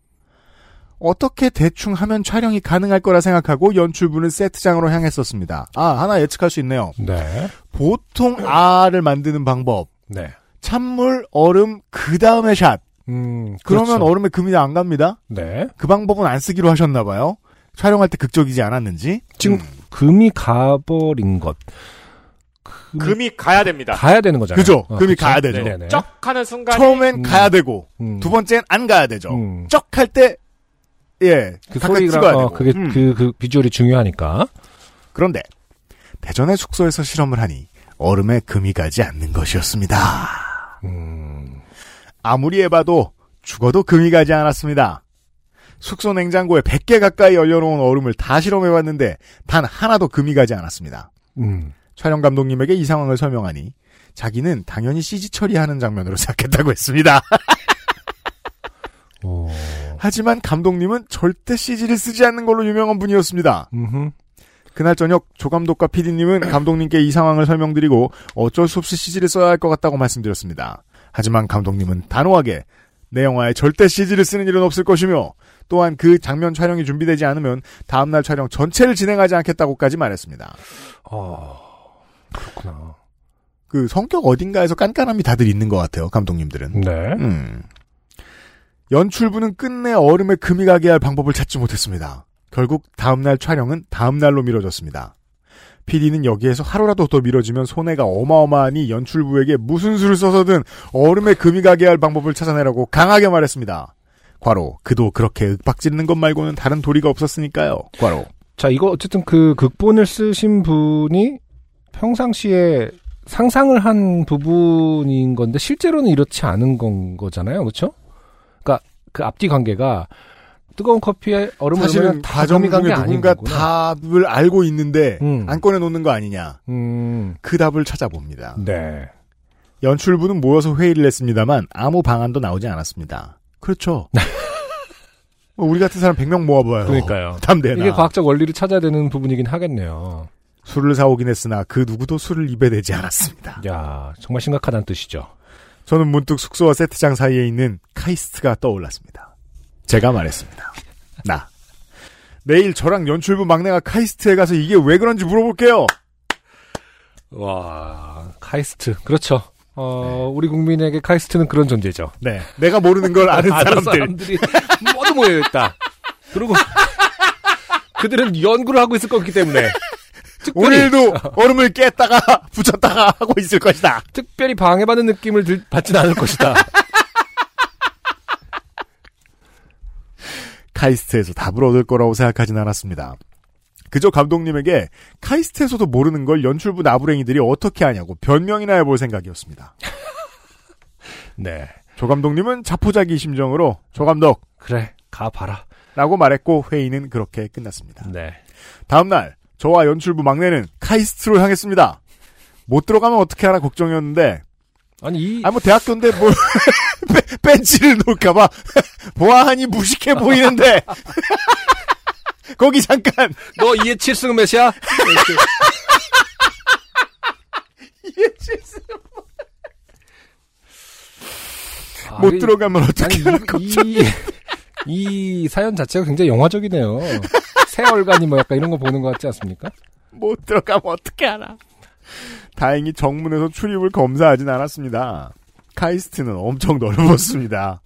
Speaker 1: 어떻게 대충 하면 촬영이 가능할 거라 생각하고 연출부는 세트장으로 향했었습니다. 아, 하나 예측할 수 있네요.
Speaker 2: 네.
Speaker 1: 보통 알을 만드는 방법.
Speaker 2: 네.
Speaker 1: 찬물, 얼음, 그 다음에 샷.
Speaker 2: 음,
Speaker 1: 그러면 어-
Speaker 2: 그렇죠.
Speaker 1: 얼음에 금이 안 갑니다.
Speaker 2: 네.
Speaker 1: 그 방법은 안 쓰기로 하셨나봐요. 촬영할 때 극적이지 않았는지.
Speaker 2: 지금 금이 가버린 것. 금이
Speaker 7: 금이 가야 됩니다.
Speaker 2: 가야 되는 거잖아요.
Speaker 1: 그죠?
Speaker 2: 어,
Speaker 1: 금이
Speaker 2: 그쵸?
Speaker 1: 가야 되죠.
Speaker 2: 네네.
Speaker 7: 쩍 하는 순간에
Speaker 1: 처음엔
Speaker 2: 음.
Speaker 1: 가야 되고,
Speaker 2: 음.
Speaker 1: 두 번째는 안 가야 되죠.
Speaker 2: 음.
Speaker 1: 쩍 할 때, 예.
Speaker 2: 그
Speaker 1: 각각
Speaker 2: 소리가
Speaker 1: 찍어야
Speaker 2: 어,
Speaker 1: 되고.
Speaker 2: 그게
Speaker 1: 음.
Speaker 2: 그, 그 비주얼이 중요하니까.
Speaker 1: 그런데 대전의 숙소에서 실험을 하니 얼음에 금이 가지 않는 것이었습니다.
Speaker 2: 음.
Speaker 1: 아무리 해봐도 죽어도 금이 가지 않았습니다. 숙소 냉장고에 100개 가까이 얼려놓은 얼음을 다 실험해봤는데 단 하나도 금이 가지 않았습니다.
Speaker 2: 음.
Speaker 1: 촬영 감독님에게 이 상황을 설명하니 자기는 당연히 CG 처리하는 장면으로 생각했다고 했습니다.
Speaker 2: 오.
Speaker 1: 하지만 감독님은 절대 CG를 쓰지 않는 걸로 유명한 분이었습니다.
Speaker 2: 음흠.
Speaker 1: 그날 저녁 조감독과 PD님은 감독님께 이 상황을 설명드리고 어쩔 수 없이 CG를 써야 할 것 같다고 말씀드렸습니다. 하지만 감독님은 단호하게 내 영화에 절대 CG를 쓰는 일은 없을 것이며 또한 그 장면 촬영이 준비되지 않으면 다음날 촬영 전체를 진행하지 않겠다고까지 말했습니다.
Speaker 2: 어. 그렇구나.
Speaker 1: 그 성격 어딘가에서 깐깐함이 다들 있는 것 같아요, 감독님들은.
Speaker 2: 네.
Speaker 1: 음. 연출부는 끝내 얼음에 금이 가게 할 방법을 찾지 못했습니다. 결국 다음날 촬영은 다음날로 미뤄졌습니다. PD는 여기에서 하루라도 더 미뤄지면 손해가 어마어마하니 연출부에게 무슨 수를 써서든 얼음에 금이 가게 할 방법을 찾아내라고 강하게 말했습니다. 과로, 그도 그렇게 윽박지르는 것 말고는 다른 도리가 없었으니까요. 과로.
Speaker 2: 자, 이거 어쨌든 그 극본을 쓰신 분이 평상시에 상상을 한 부분인 건데 실제로는 이렇지 않은 건 거잖아요. 그렇죠? 그러니까 그 앞뒤 관계가 뜨거운 커피에 얼음을
Speaker 1: 사실은
Speaker 2: 넣으면 다
Speaker 1: 가정
Speaker 2: 금이
Speaker 1: 중에
Speaker 2: 간게 아닌
Speaker 1: 누군가
Speaker 2: 거구나.
Speaker 1: 답을 알고 있는데
Speaker 2: 음.
Speaker 1: 안 꺼내놓는 거 아니냐.
Speaker 2: 음.
Speaker 1: 그 답을 찾아봅니다.
Speaker 2: 네.
Speaker 1: 연출부는 모여서 회의를 했습니다만 아무 방안도 나오지 않았습니다. 그렇죠. 뭐 우리 같은 사람 100명 모아봐요.
Speaker 2: 그러니까요.
Speaker 1: 담대나.
Speaker 2: 이게 과학적 원리를 찾아야 되는 부분이긴 하겠네요.
Speaker 1: 술을 사오긴 했으나 그 누구도 술을 입에 대지 않았습니다.
Speaker 2: 야, 정말 심각하다는 뜻이죠.
Speaker 1: 저는 문득 숙소와 세트장 사이에 있는 카이스트가 떠올랐습니다. 제가 말했습니다. 나. 내일 저랑 연출부 막내가 카이스트에 가서 이게 왜 그런지 물어볼게요.
Speaker 2: 와, 카이스트. 그렇죠. 어, 우리 국민에게 카이스트는 그런 존재죠.
Speaker 1: 네. 내가 모르는 걸 아는 사람들.
Speaker 2: 이 모두 모여 있다. 그리고 그들은 연구를 하고 있을 거기 때문에 특별히
Speaker 1: 오늘도 얼음을 깼다가 붙였다가 하고 있을 것이다.
Speaker 2: 특별히 방해받는 느낌을 들, 받진 않을 것이다.
Speaker 1: 카이스트에서 답을 얻을 거라고 생각하진 않았습니다. 그저 감독님에게 카이스트에서도 모르는 걸 연출부 나부랭이들이 어떻게 하냐고 변명이나 해볼 생각이었습니다.
Speaker 2: 네,
Speaker 1: 조 감독님은 자포자기 심정으로 조 감독
Speaker 2: 그래 가 봐라.
Speaker 1: 라고 말했고 회의는 그렇게 끝났습니다.
Speaker 2: 네,
Speaker 1: 다음날 저와 연출부 막내는 카이스트로 향했습니다. 못 들어가면 어떻게 하나 걱정이었는데
Speaker 2: 아니 이
Speaker 1: 아 뭐 대학교인데 뭐 벤- 벤치를 놓을까봐 보아하니 무식해 보이는데 거기 잠깐
Speaker 2: 너 이에 칠승 몇이야? 아,
Speaker 1: 못
Speaker 2: 이-
Speaker 1: 들어가면
Speaker 2: 아니,
Speaker 1: 어떻게 하나
Speaker 2: 이, 이, 이 사연 자체가 굉장히 영화적이네요. 새얼간이 뭐 약간 이런 거 보는 것 같지 않습니까?
Speaker 1: 못 들어가면 어떻게 하나. 다행히 정문에서 출입을 검사하진 않았습니다. 카이스트는 엄청 넓었습니다.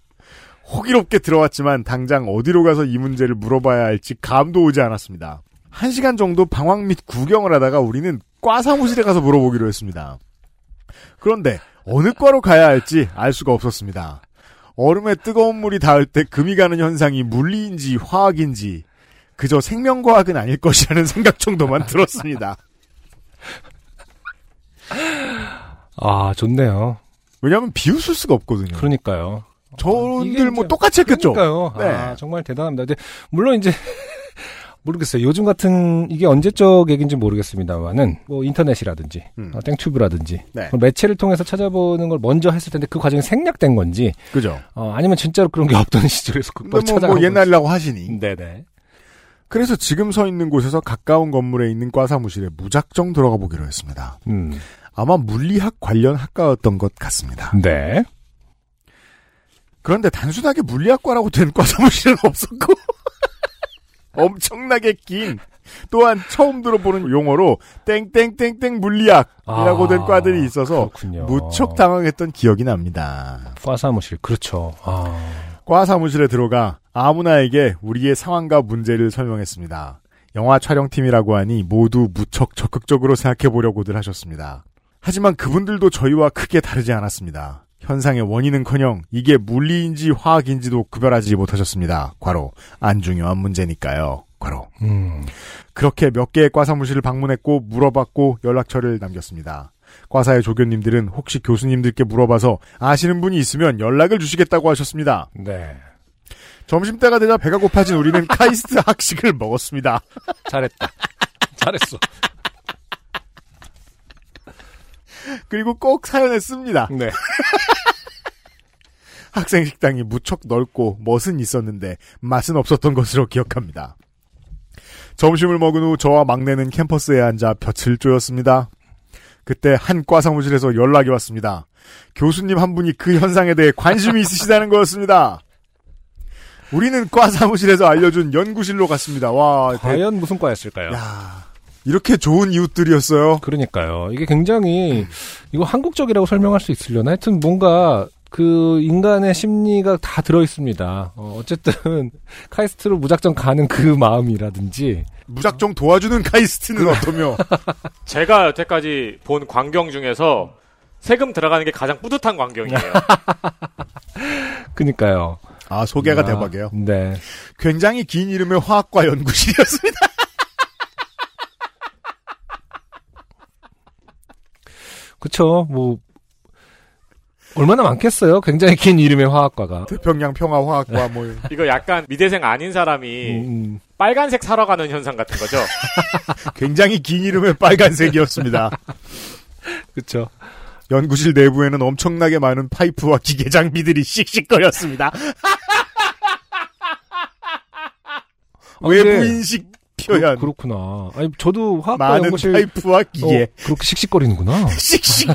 Speaker 1: 호기롭게 들어왔지만 당장 어디로 가서 이 문제를 물어봐야 할지 감도 오지 않았습니다. 한 시간 정도 방황 및 구경을 하다가 우리는 과 사무실에 가서 물어보기로 했습니다. 그런데 어느 과로 가야 할지 알 수가 없었습니다. 얼음에 뜨거운 물이 닿을 때 금이 가는 현상이 물리인지 화학인지 그저 생명과학은 아닐 것이라는 생각 정도만 들었습니다.
Speaker 2: 아 좋네요.
Speaker 1: 왜냐하면 비웃을 수가 없거든요.
Speaker 2: 그러니까요. 이게
Speaker 1: 저분들
Speaker 2: 이제-
Speaker 1: 뭐 똑같이 했겠죠.
Speaker 2: 그러니까요.
Speaker 1: 네.
Speaker 2: 아, 정말 대단합니다. 근데 물론 이제 모르겠어요. 요즘 같은 이게 언제적 얘기인지 모르겠습니다만은 뭐 인터넷이라든지
Speaker 1: 음.
Speaker 2: 아, 땡튜브라든지
Speaker 1: 네.
Speaker 2: 그런 매체를 통해서 찾아보는 걸 먼저 했을 텐데 그 과정이 생략된 건지
Speaker 1: 그죠.
Speaker 2: 어, 아니면 진짜로 그런 게 없던 시절에서
Speaker 1: 근데
Speaker 2: 극복 음.
Speaker 1: 뭐,
Speaker 2: 찾아간
Speaker 1: 뭐 옛날이라고 하시니.
Speaker 2: 건지. 네네.
Speaker 1: 그래서 지금 서 있는 곳에서 가까운 건물에 있는 과 사무실에 무작정 들어가 보기로 했습니다.
Speaker 2: 음.
Speaker 1: 아마 물리학 관련 학과였던 것 같습니다.
Speaker 2: 네.
Speaker 1: 그런데 단순하게 물리학과라고 된 과 사무실은 없었고 엄청나게 긴 또한 처음 들어보는 용어로 땡땡땡땡 물리학이라고 된
Speaker 2: 아,
Speaker 1: 과들이 있어서
Speaker 2: 그렇군요.
Speaker 1: 무척 당황했던 기억이 납니다.
Speaker 2: 과사무실 그렇죠. 아,
Speaker 1: 과 사무실에 들어가 아무나에게 우리의 상황과 문제를 설명했습니다. 영화 촬영팀이라고 하니 모두 무척 적극적으로 생각해 보려고들 하셨습니다. 하지만 그분들도 저희와 크게 다르지 않았습니다. 현상의 원인은커녕 이게 물리인지 화학인지도 구별하지 못하셨습니다. 과로 안 중요한 문제니까요. 과로
Speaker 2: 음,
Speaker 1: 그렇게 몇 개의 과 사무실을 방문했고 물어봤고 연락처를 남겼습니다. 과사의 조교님들은 혹시 교수님들께 물어봐서 아시는 분이 있으면 연락을 주시겠다고 하셨습니다.
Speaker 2: 네,
Speaker 1: 점심때가 되자 배가 고파진 우리는 카이스트 학식을 먹었습니다.
Speaker 2: 잘했다. 잘했어.
Speaker 1: 그리고 꼭 사연을 씁니다.
Speaker 2: 네.
Speaker 1: 학생 식당이 무척 넓고 멋은 있었는데 맛은 없었던 것으로 기억합니다. 점심을 먹은 후 저와 막내는 캠퍼스에 앉아 볕을 쬐었습니다. 그때 한 과 사무실에서 연락이 왔습니다. 교수님 한 분이 그 현상에 대해 관심이 있으시다는 거였습니다. 우리는 과 사무실에서 알려준 연구실로 갔습니다. 와, 대-
Speaker 2: 과연 무슨 과였을까요?
Speaker 1: 야, 이렇게 좋은 이웃들이었어요.
Speaker 2: 그러니까요. 이게
Speaker 1: 네.
Speaker 2: 굉장히 이거 한국적이라고 설명할 수 있으려나? 하여튼 뭔가 그 인간의 심리가 다 들어 있습니다. 어, 어쨌든 카이스트로 무작정 가는 그 마음이라든지
Speaker 1: 무작정 도와주는 카이스트는 어떠며?
Speaker 7: 제가 여태까지 본 광경 중에서 세금 들어가는 게 가장 뿌듯한 광경이에요.
Speaker 2: 그니까요.
Speaker 1: 아, 소개가
Speaker 2: 아,
Speaker 1: 대박이에요.
Speaker 2: 네.
Speaker 1: 굉장히 긴 이름의 화학과 연구실이었습니다.
Speaker 2: 그쵸. 뭐 얼마나 많겠어요. 굉장히 긴 이름의 화학과가.
Speaker 1: 태평양 평화화학과 뭐
Speaker 7: 이거 약간 미대생 아닌
Speaker 1: 예.
Speaker 7: 사람이
Speaker 2: 음,
Speaker 7: 빨간색 사러 가는 현상 같은 거죠.
Speaker 1: 굉장히 긴 이름의 빨간색이었습니다.
Speaker 2: 그쵸.
Speaker 1: 연구실 내부에는 엄청나게 많은 파이프와 기계 장비들이 씩씩거렸습니다.
Speaker 2: 아, 근데
Speaker 1: 외부인식 표현.
Speaker 2: 그, 그렇구나. 아니 저도 화학과
Speaker 1: 많은 예.
Speaker 2: 연구실
Speaker 1: 파이프와 기계.
Speaker 2: 어, 그렇게 씩씩거리는구나.
Speaker 1: 씩씩.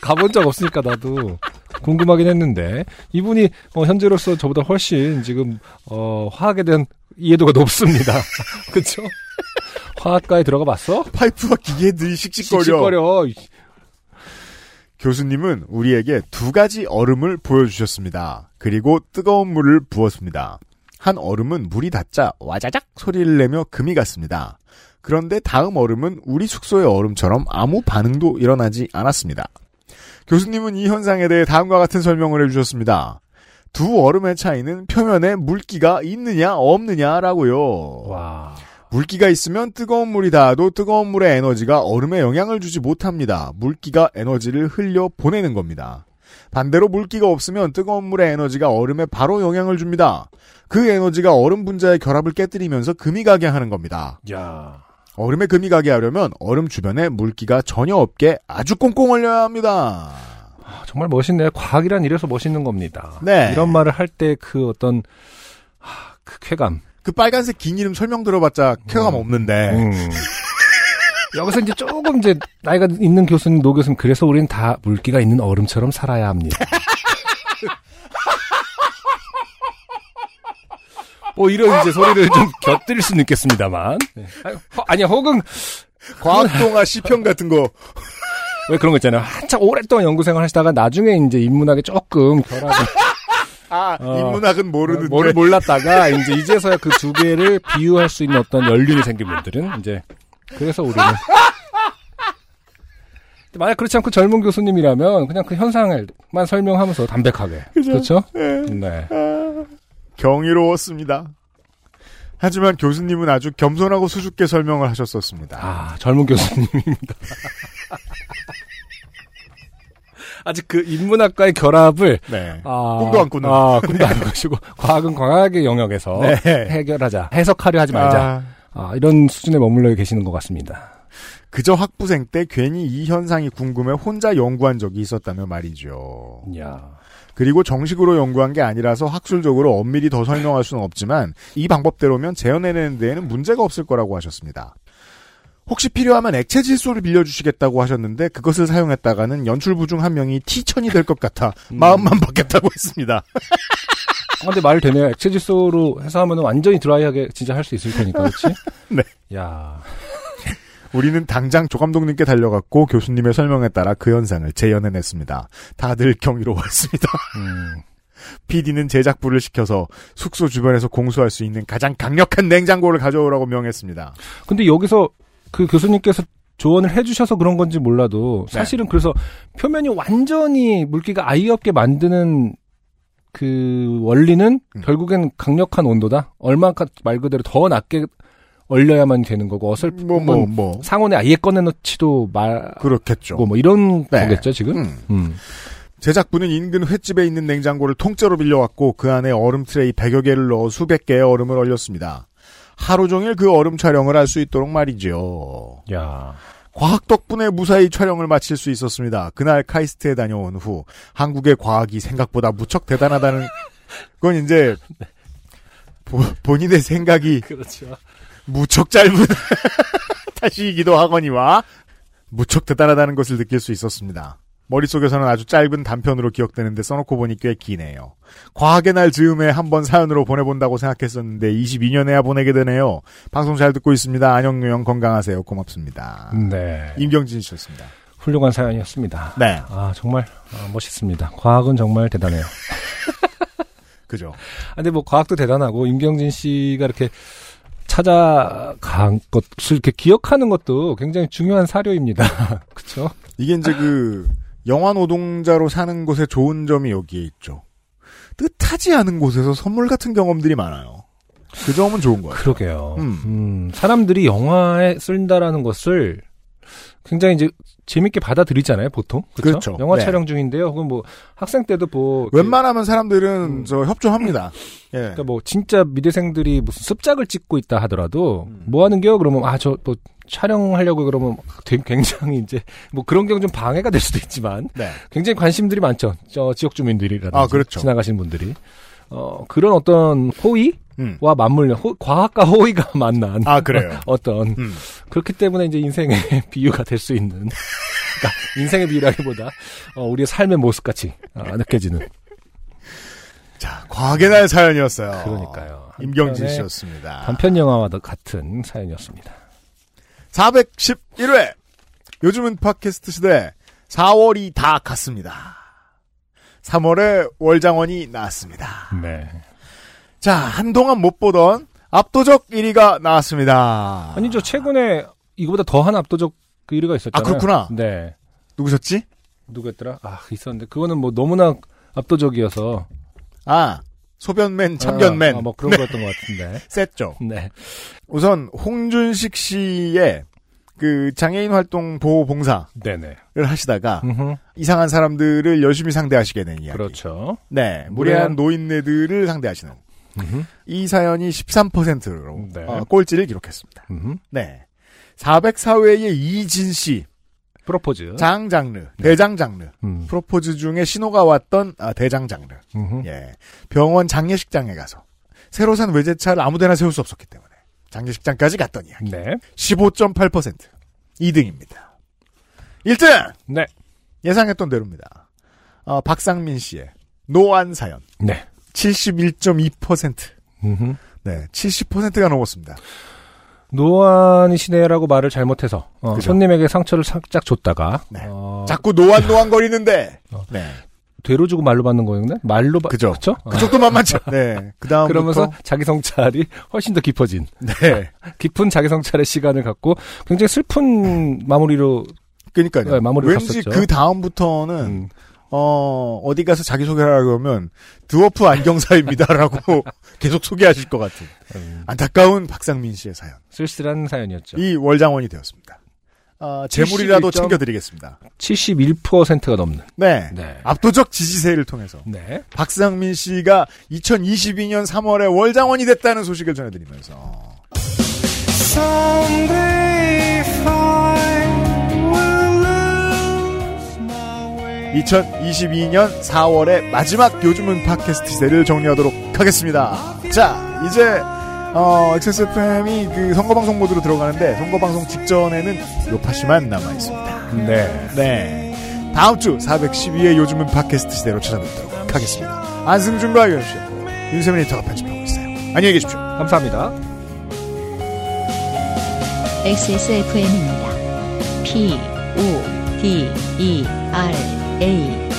Speaker 2: 가본 적 없으니까 나도 궁금하긴 했는데 이분이 어, 현재로서 저보다 훨씬 지금 어, 화학에 대한 이해도가 높습니다. 그렇죠? 화학과에 들어가 봤어?
Speaker 1: 파이프와 기계들이 씩씩거려.
Speaker 2: 씩씩거려.
Speaker 1: 교수님은 우리에게 두 가지 얼음을 보여주셨습니다. 그리고 뜨거운 물을 부었습니다. 한 얼음은 물이 닿자 와자작 소리를 내며 금이 갔습니다. 그런데 다음 얼음은 우리 숙소의 얼음처럼 아무 반응도 일어나지 않았습니다. 교수님은 이 현상에 대해 다음과 같은 설명을 해주셨습니다. 두 얼음의 차이는 표면에 물기가 있느냐 없느냐라고요.
Speaker 2: 와.
Speaker 1: 물기가 있으면 뜨거운 물이 닿아도 뜨거운 물의 에너지가 얼음에 영향을 주지 못합니다. 물기가 에너지를 흘려 보내는 겁니다. 반대로 물기가 없으면 뜨거운 물의 에너지가 얼음에 바로 영향을 줍니다. 그 에너지가 얼음 분자의 결합을 깨뜨리면서 금이 가게 하는 겁니다.
Speaker 2: 야.
Speaker 1: 얼음에 금이 가게 하려면 얼음 주변에 물기가 전혀 없게 아주 꽁꽁 얼려야 합니다.
Speaker 2: 아, 정말 멋있네. 과학이란 이래서 멋있는 겁니다.
Speaker 1: 네.
Speaker 2: 이런 말을 할 때 그 어떤 하, 그 쾌감.
Speaker 1: 그 빨간색 긴 이름 설명 들어봤자 쾌감 없는데.
Speaker 2: 음. 여기서 이제 조금 이제 나이가 있는 교수님, 노 교수님 그래서 우리는 다 물기가 있는 얼음처럼 살아야 합니다. 뭐 이런 이제 소리를 좀 곁들일 수는 있겠습니다만 네. 아니, 허- 아니 혹은
Speaker 1: 과학동화 시편 같은 거.
Speaker 2: 왜 그런 거 있잖아요 한참 오랫동안 연구생활 하시다가 나중에 이제 인문학에 조금 결합을
Speaker 1: 아,
Speaker 2: 어.
Speaker 1: 인문학은 모르는데.
Speaker 2: 뭐를 몰랐다가 이제 이제서야 그 두 개를 비유할 수 있는 어떤 연륜이 생긴 분들은 이제 그래서 우리는 근데 만약 그렇지 않고 젊은 교수님이라면 그냥 그 현상을만 설명하면서 담백하게 그렇죠 네.
Speaker 1: 경이로웠습니다. 하지만 교수님은 아주 겸손하고 수줍게 설명을 하셨었습니다.
Speaker 2: 아 젊은 교수님입니다. 아직 그 인문학과의 결합을
Speaker 1: 네.
Speaker 2: 아,
Speaker 1: 꿈도 안 꾸는.
Speaker 2: 아, 꿈도 안 꾸시고 과학은 과학의 영역에서
Speaker 1: 네.
Speaker 2: 어? 해결하자 해석하려 하지 말자
Speaker 1: 아,
Speaker 2: 아, 이런 수준에 머물러 계시는 것 같습니다.
Speaker 1: 그저 학부생 때 괜히 이 현상이 궁금해 혼자 연구한 적이 있었다며 말이죠.
Speaker 2: 야.
Speaker 1: 그리고 정식으로 연구한 게 아니라서 학술적으로 엄밀히 더 설명할 수는 없지만 이 방법대로면 재현해내는 데에는 문제가 없을 거라고 하셨습니다. 혹시 필요하면 액체 질소를 빌려주시겠다고 하셨는데 그것을 사용했다가는 연출부 중 한 명이 티천이 될 것 같아 마음만 바뀌었다고 했습니다.
Speaker 2: 아, 근데 말 되네요. 액체 질소로 해서 하면 완전히 드라이하게 진짜 할 수 있을 테니까, 그렇지?
Speaker 1: 네.
Speaker 2: 야
Speaker 1: 우리는 당장 조감독님께 달려갔고 교수님의 설명에 따라 그 현상을 재현해냈습니다. 다들 경이로웠습니다.
Speaker 2: 음.
Speaker 1: PD는 제작부를 시켜서 숙소 주변에서 공수할 수 있는 가장 강력한 냉장고를 가져오라고 명했습니다.
Speaker 2: 근데 여기서 그 교수님께서 조언을 해주셔서 그런 건지 몰라도
Speaker 1: 네.
Speaker 2: 사실은 그래서 표면이 완전히 물기가 아이 없게 만드는 그 원리는
Speaker 1: 음.
Speaker 2: 결국엔 강력한 온도다. 얼마까 말 그대로 더 낮게 얼려야만 되는 거고 어설픈
Speaker 1: 뭐 뭐 뭐
Speaker 2: 상온에 아예 꺼내놓지도 말고
Speaker 1: 그렇겠죠.
Speaker 2: 뭐 이런
Speaker 1: 네.
Speaker 2: 거겠죠 지금.
Speaker 1: 음.
Speaker 2: 음.
Speaker 1: 제작부는 인근 횟집에 있는 냉장고를 통째로 빌려왔고 그 안에 얼음 트레이 100여 개를 넣어 수백 개의 얼음을 얼렸습니다. 하루 종일 그 얼음 촬영을 할 수 있도록 말이죠.
Speaker 2: 야.
Speaker 1: 과학 덕분에 무사히 촬영을 마칠 수 있었습니다. 그날 카이스트에 다녀온 후 한국의 과학이 생각보다 무척 대단하다는 그건 이제 보- 본인의
Speaker 2: 네.
Speaker 1: 생각이
Speaker 2: 그렇죠.
Speaker 1: 무척 짧은 다시이기도 하거니와 무척 대단하다는 것을 느낄 수 있었습니다. 머릿속에서는 아주 짧은 단편으로 기억되는데 써놓고 보니 꽤 기네요. 과학의 날 즈음에 한번 사연으로 보내본다고 생각했었는데 22년에야 보내게 되네요. 방송 잘 듣고 있습니다. 안녕요영 건강하세요. 고맙습니다.
Speaker 2: 네.
Speaker 1: 임경진 씨였습니다.
Speaker 2: 훌륭한 사연이었습니다.
Speaker 1: 네.
Speaker 2: 아 정말 아, 멋있습니다. 과학은 정말 대단해요.
Speaker 1: 그죠.
Speaker 2: 아, 근데 뭐 과학도 대단하고 임경진 씨가 이렇게 찾아간 것을 이렇게 기억하는 것도 굉장히 중요한 사료입니다. 그렇죠?
Speaker 1: 이게 이제 그 영화 노동자로 사는 것의 좋은 점이 여기에 있죠. 뜻하지 않은 곳에서 선물 같은 경험들이 많아요. 그 점은 좋은 거예요.
Speaker 2: 그러게요.
Speaker 1: 음.
Speaker 2: 음, 사람들이 영화에 쓴다라는 것을 굉장히 이제 재밌게 받아들이잖아요, 보통. 그렇죠?
Speaker 1: 그렇죠.
Speaker 2: 영화
Speaker 1: 네.
Speaker 2: 촬영 중인데요. 혹은 뭐 학생 때도 뭐 이렇게
Speaker 1: 웬만하면 사람들은
Speaker 2: 음.
Speaker 1: 저 협조합니다. 예.
Speaker 2: 그러니까 뭐 진짜 미대생들이 무슨 습작을 찍고 있다 하더라도
Speaker 1: 음.
Speaker 2: 뭐 하는겨? 그러면 아 저 또 촬영하려고 그러면 되게 굉장히 이제 뭐 그런 경우 좀 방해가 될 수도 있지만
Speaker 1: 네.
Speaker 2: 굉장히 관심들이 많죠. 저 지역 주민들이라든지
Speaker 1: 아, 그렇죠.
Speaker 2: 지나가시는 분들이 어 그런 어떤 호의와
Speaker 1: 음.
Speaker 2: 맞물려 호- 과학과 호의가 만난
Speaker 1: 아 그래요.
Speaker 2: 어떤
Speaker 1: 음.
Speaker 2: 그렇기 때문에 이제 인생의 비유가 될 수 있는 그러니까 인생의 비유라기보다 어, 우리의 삶의 모습 같이 아, 느껴지는
Speaker 1: 자, 과학의 날 사연이었어요.
Speaker 2: 그러니까요.
Speaker 1: 아, 임경진
Speaker 2: 한편의
Speaker 1: 씨였습니다.
Speaker 2: 아. 단편 영화와 같은 사연이었습니다.
Speaker 1: 411회. 요즘은 팟캐스트 시대. 4월이 다 갔습니다. 3월에 월장원이 나왔습니다.
Speaker 2: 네.
Speaker 1: 자, 한동안 못 보던 압도적 1위가 나왔습니다.
Speaker 2: 아니죠 최근에 이거보다 더한 압도적 그 1위가 있었잖아요.
Speaker 1: 아, 그렇구나.
Speaker 2: 네.
Speaker 1: 누구셨지?
Speaker 2: 누구였더라? 아 있었는데 그거는 뭐 너무나 압도적이어서
Speaker 1: 아, 소변맨, 참견맨.
Speaker 2: 아, 아, 뭐 그런 거였던 것 같은데
Speaker 1: 셌죠.
Speaker 2: 네
Speaker 1: 우선 홍준식 씨의 그 장애인 활동 보호 봉사를
Speaker 2: 네네
Speaker 1: 하시다가
Speaker 2: 음흠,
Speaker 1: 아, 이상한 사람들을 열심히 상대하시게 된 이야기.
Speaker 2: 그렇죠
Speaker 1: 네,
Speaker 2: 무례한
Speaker 1: 무례한 노인네들을 상대하시는
Speaker 2: 음흠,
Speaker 1: 이 사연이 13%로 어,
Speaker 2: 네.
Speaker 1: 꼴찌를 기록했습니다.
Speaker 2: 음흠.
Speaker 1: 네. 404회의 이진 씨,
Speaker 2: 프로포즈
Speaker 1: 장 장르,
Speaker 2: 네.
Speaker 1: 대장 장르,
Speaker 2: 음,
Speaker 1: 프로포즈 중에 신호가 왔던 아, 대장 장르.
Speaker 2: 음흠.
Speaker 1: 예. 병원 장례식장에 가서 새로 산 외제차를 아무데나 세울 수 없었기 때문에 장례식장까지 갔던 이야기.
Speaker 2: 네.
Speaker 1: 15.8% 2등입니다. 1등!
Speaker 2: 네.
Speaker 1: 예상했던 대로입니다. 어, 박상민 씨의 노안 사연
Speaker 2: 네.
Speaker 1: 71.2%
Speaker 2: 음흠.
Speaker 1: 네, 70%가 넘었습니다.
Speaker 2: 노안이시네라고 말을 잘못해서 어,
Speaker 1: 그죠.
Speaker 2: 손님에게 상처를 살짝 줬다가
Speaker 1: 네.
Speaker 2: 어,
Speaker 1: 자꾸 노안 노안 거리는데
Speaker 2: 어.
Speaker 1: 네,
Speaker 2: 되로 주고 말로 받는 거였나? 말로 받
Speaker 1: 그죠.
Speaker 2: 그죠?
Speaker 1: 그쪽도 만만치. 네, 그 다음부터
Speaker 2: 그러면서 자기 성찰이 훨씬 더 깊어진
Speaker 1: 네,
Speaker 2: 깊은 자기 성찰의 시간을 갖고 굉장히
Speaker 1: 네.
Speaker 2: 슬픈 마무리로
Speaker 1: 그러니까요.
Speaker 2: 네, 마무리를
Speaker 1: 왠지
Speaker 2: 갔었죠.
Speaker 1: 그 다음부터는
Speaker 2: 음,
Speaker 1: 어 어디 가서 자기 소개하라고 하면 드워프 안경사입니다라고 계속 소개하실 것 같은
Speaker 2: 음,
Speaker 1: 안타까운 박상민 씨의 사연.
Speaker 2: 쓸쓸한 사연이었죠.
Speaker 1: 이 월장원이 되었습니다. 아,
Speaker 2: 71
Speaker 1: 재물이라도
Speaker 2: 점-
Speaker 1: 챙겨드리겠습니다.
Speaker 2: 71%가 넘는.
Speaker 1: 네.
Speaker 2: 네.
Speaker 1: 압도적 지지세를 통해서
Speaker 2: 네.
Speaker 1: 박상민 씨가 2022년 3월에 월장원이 됐다는 소식을 전해드리면서 (2022년 4월에) 마지막 요즘은 팟캐스트 시대를 정리하도록 하겠습니다 자 이제 어, XSFM이 그 선거방송 모드로 들어가는데 선거방송 직전에는 요파시만 남아있습니다.
Speaker 2: 네.
Speaker 1: 네. 다음 주 412회 요즘은 팟캐스트 시대로 찾아뵙도록 하겠습니다. 안승준과 유현씨, 윤세민 리터가 편집하고 있어요. 안녕히 계십시오.
Speaker 2: 감사합니다.
Speaker 3: XSFM입니다. P, O, D, E, R, A.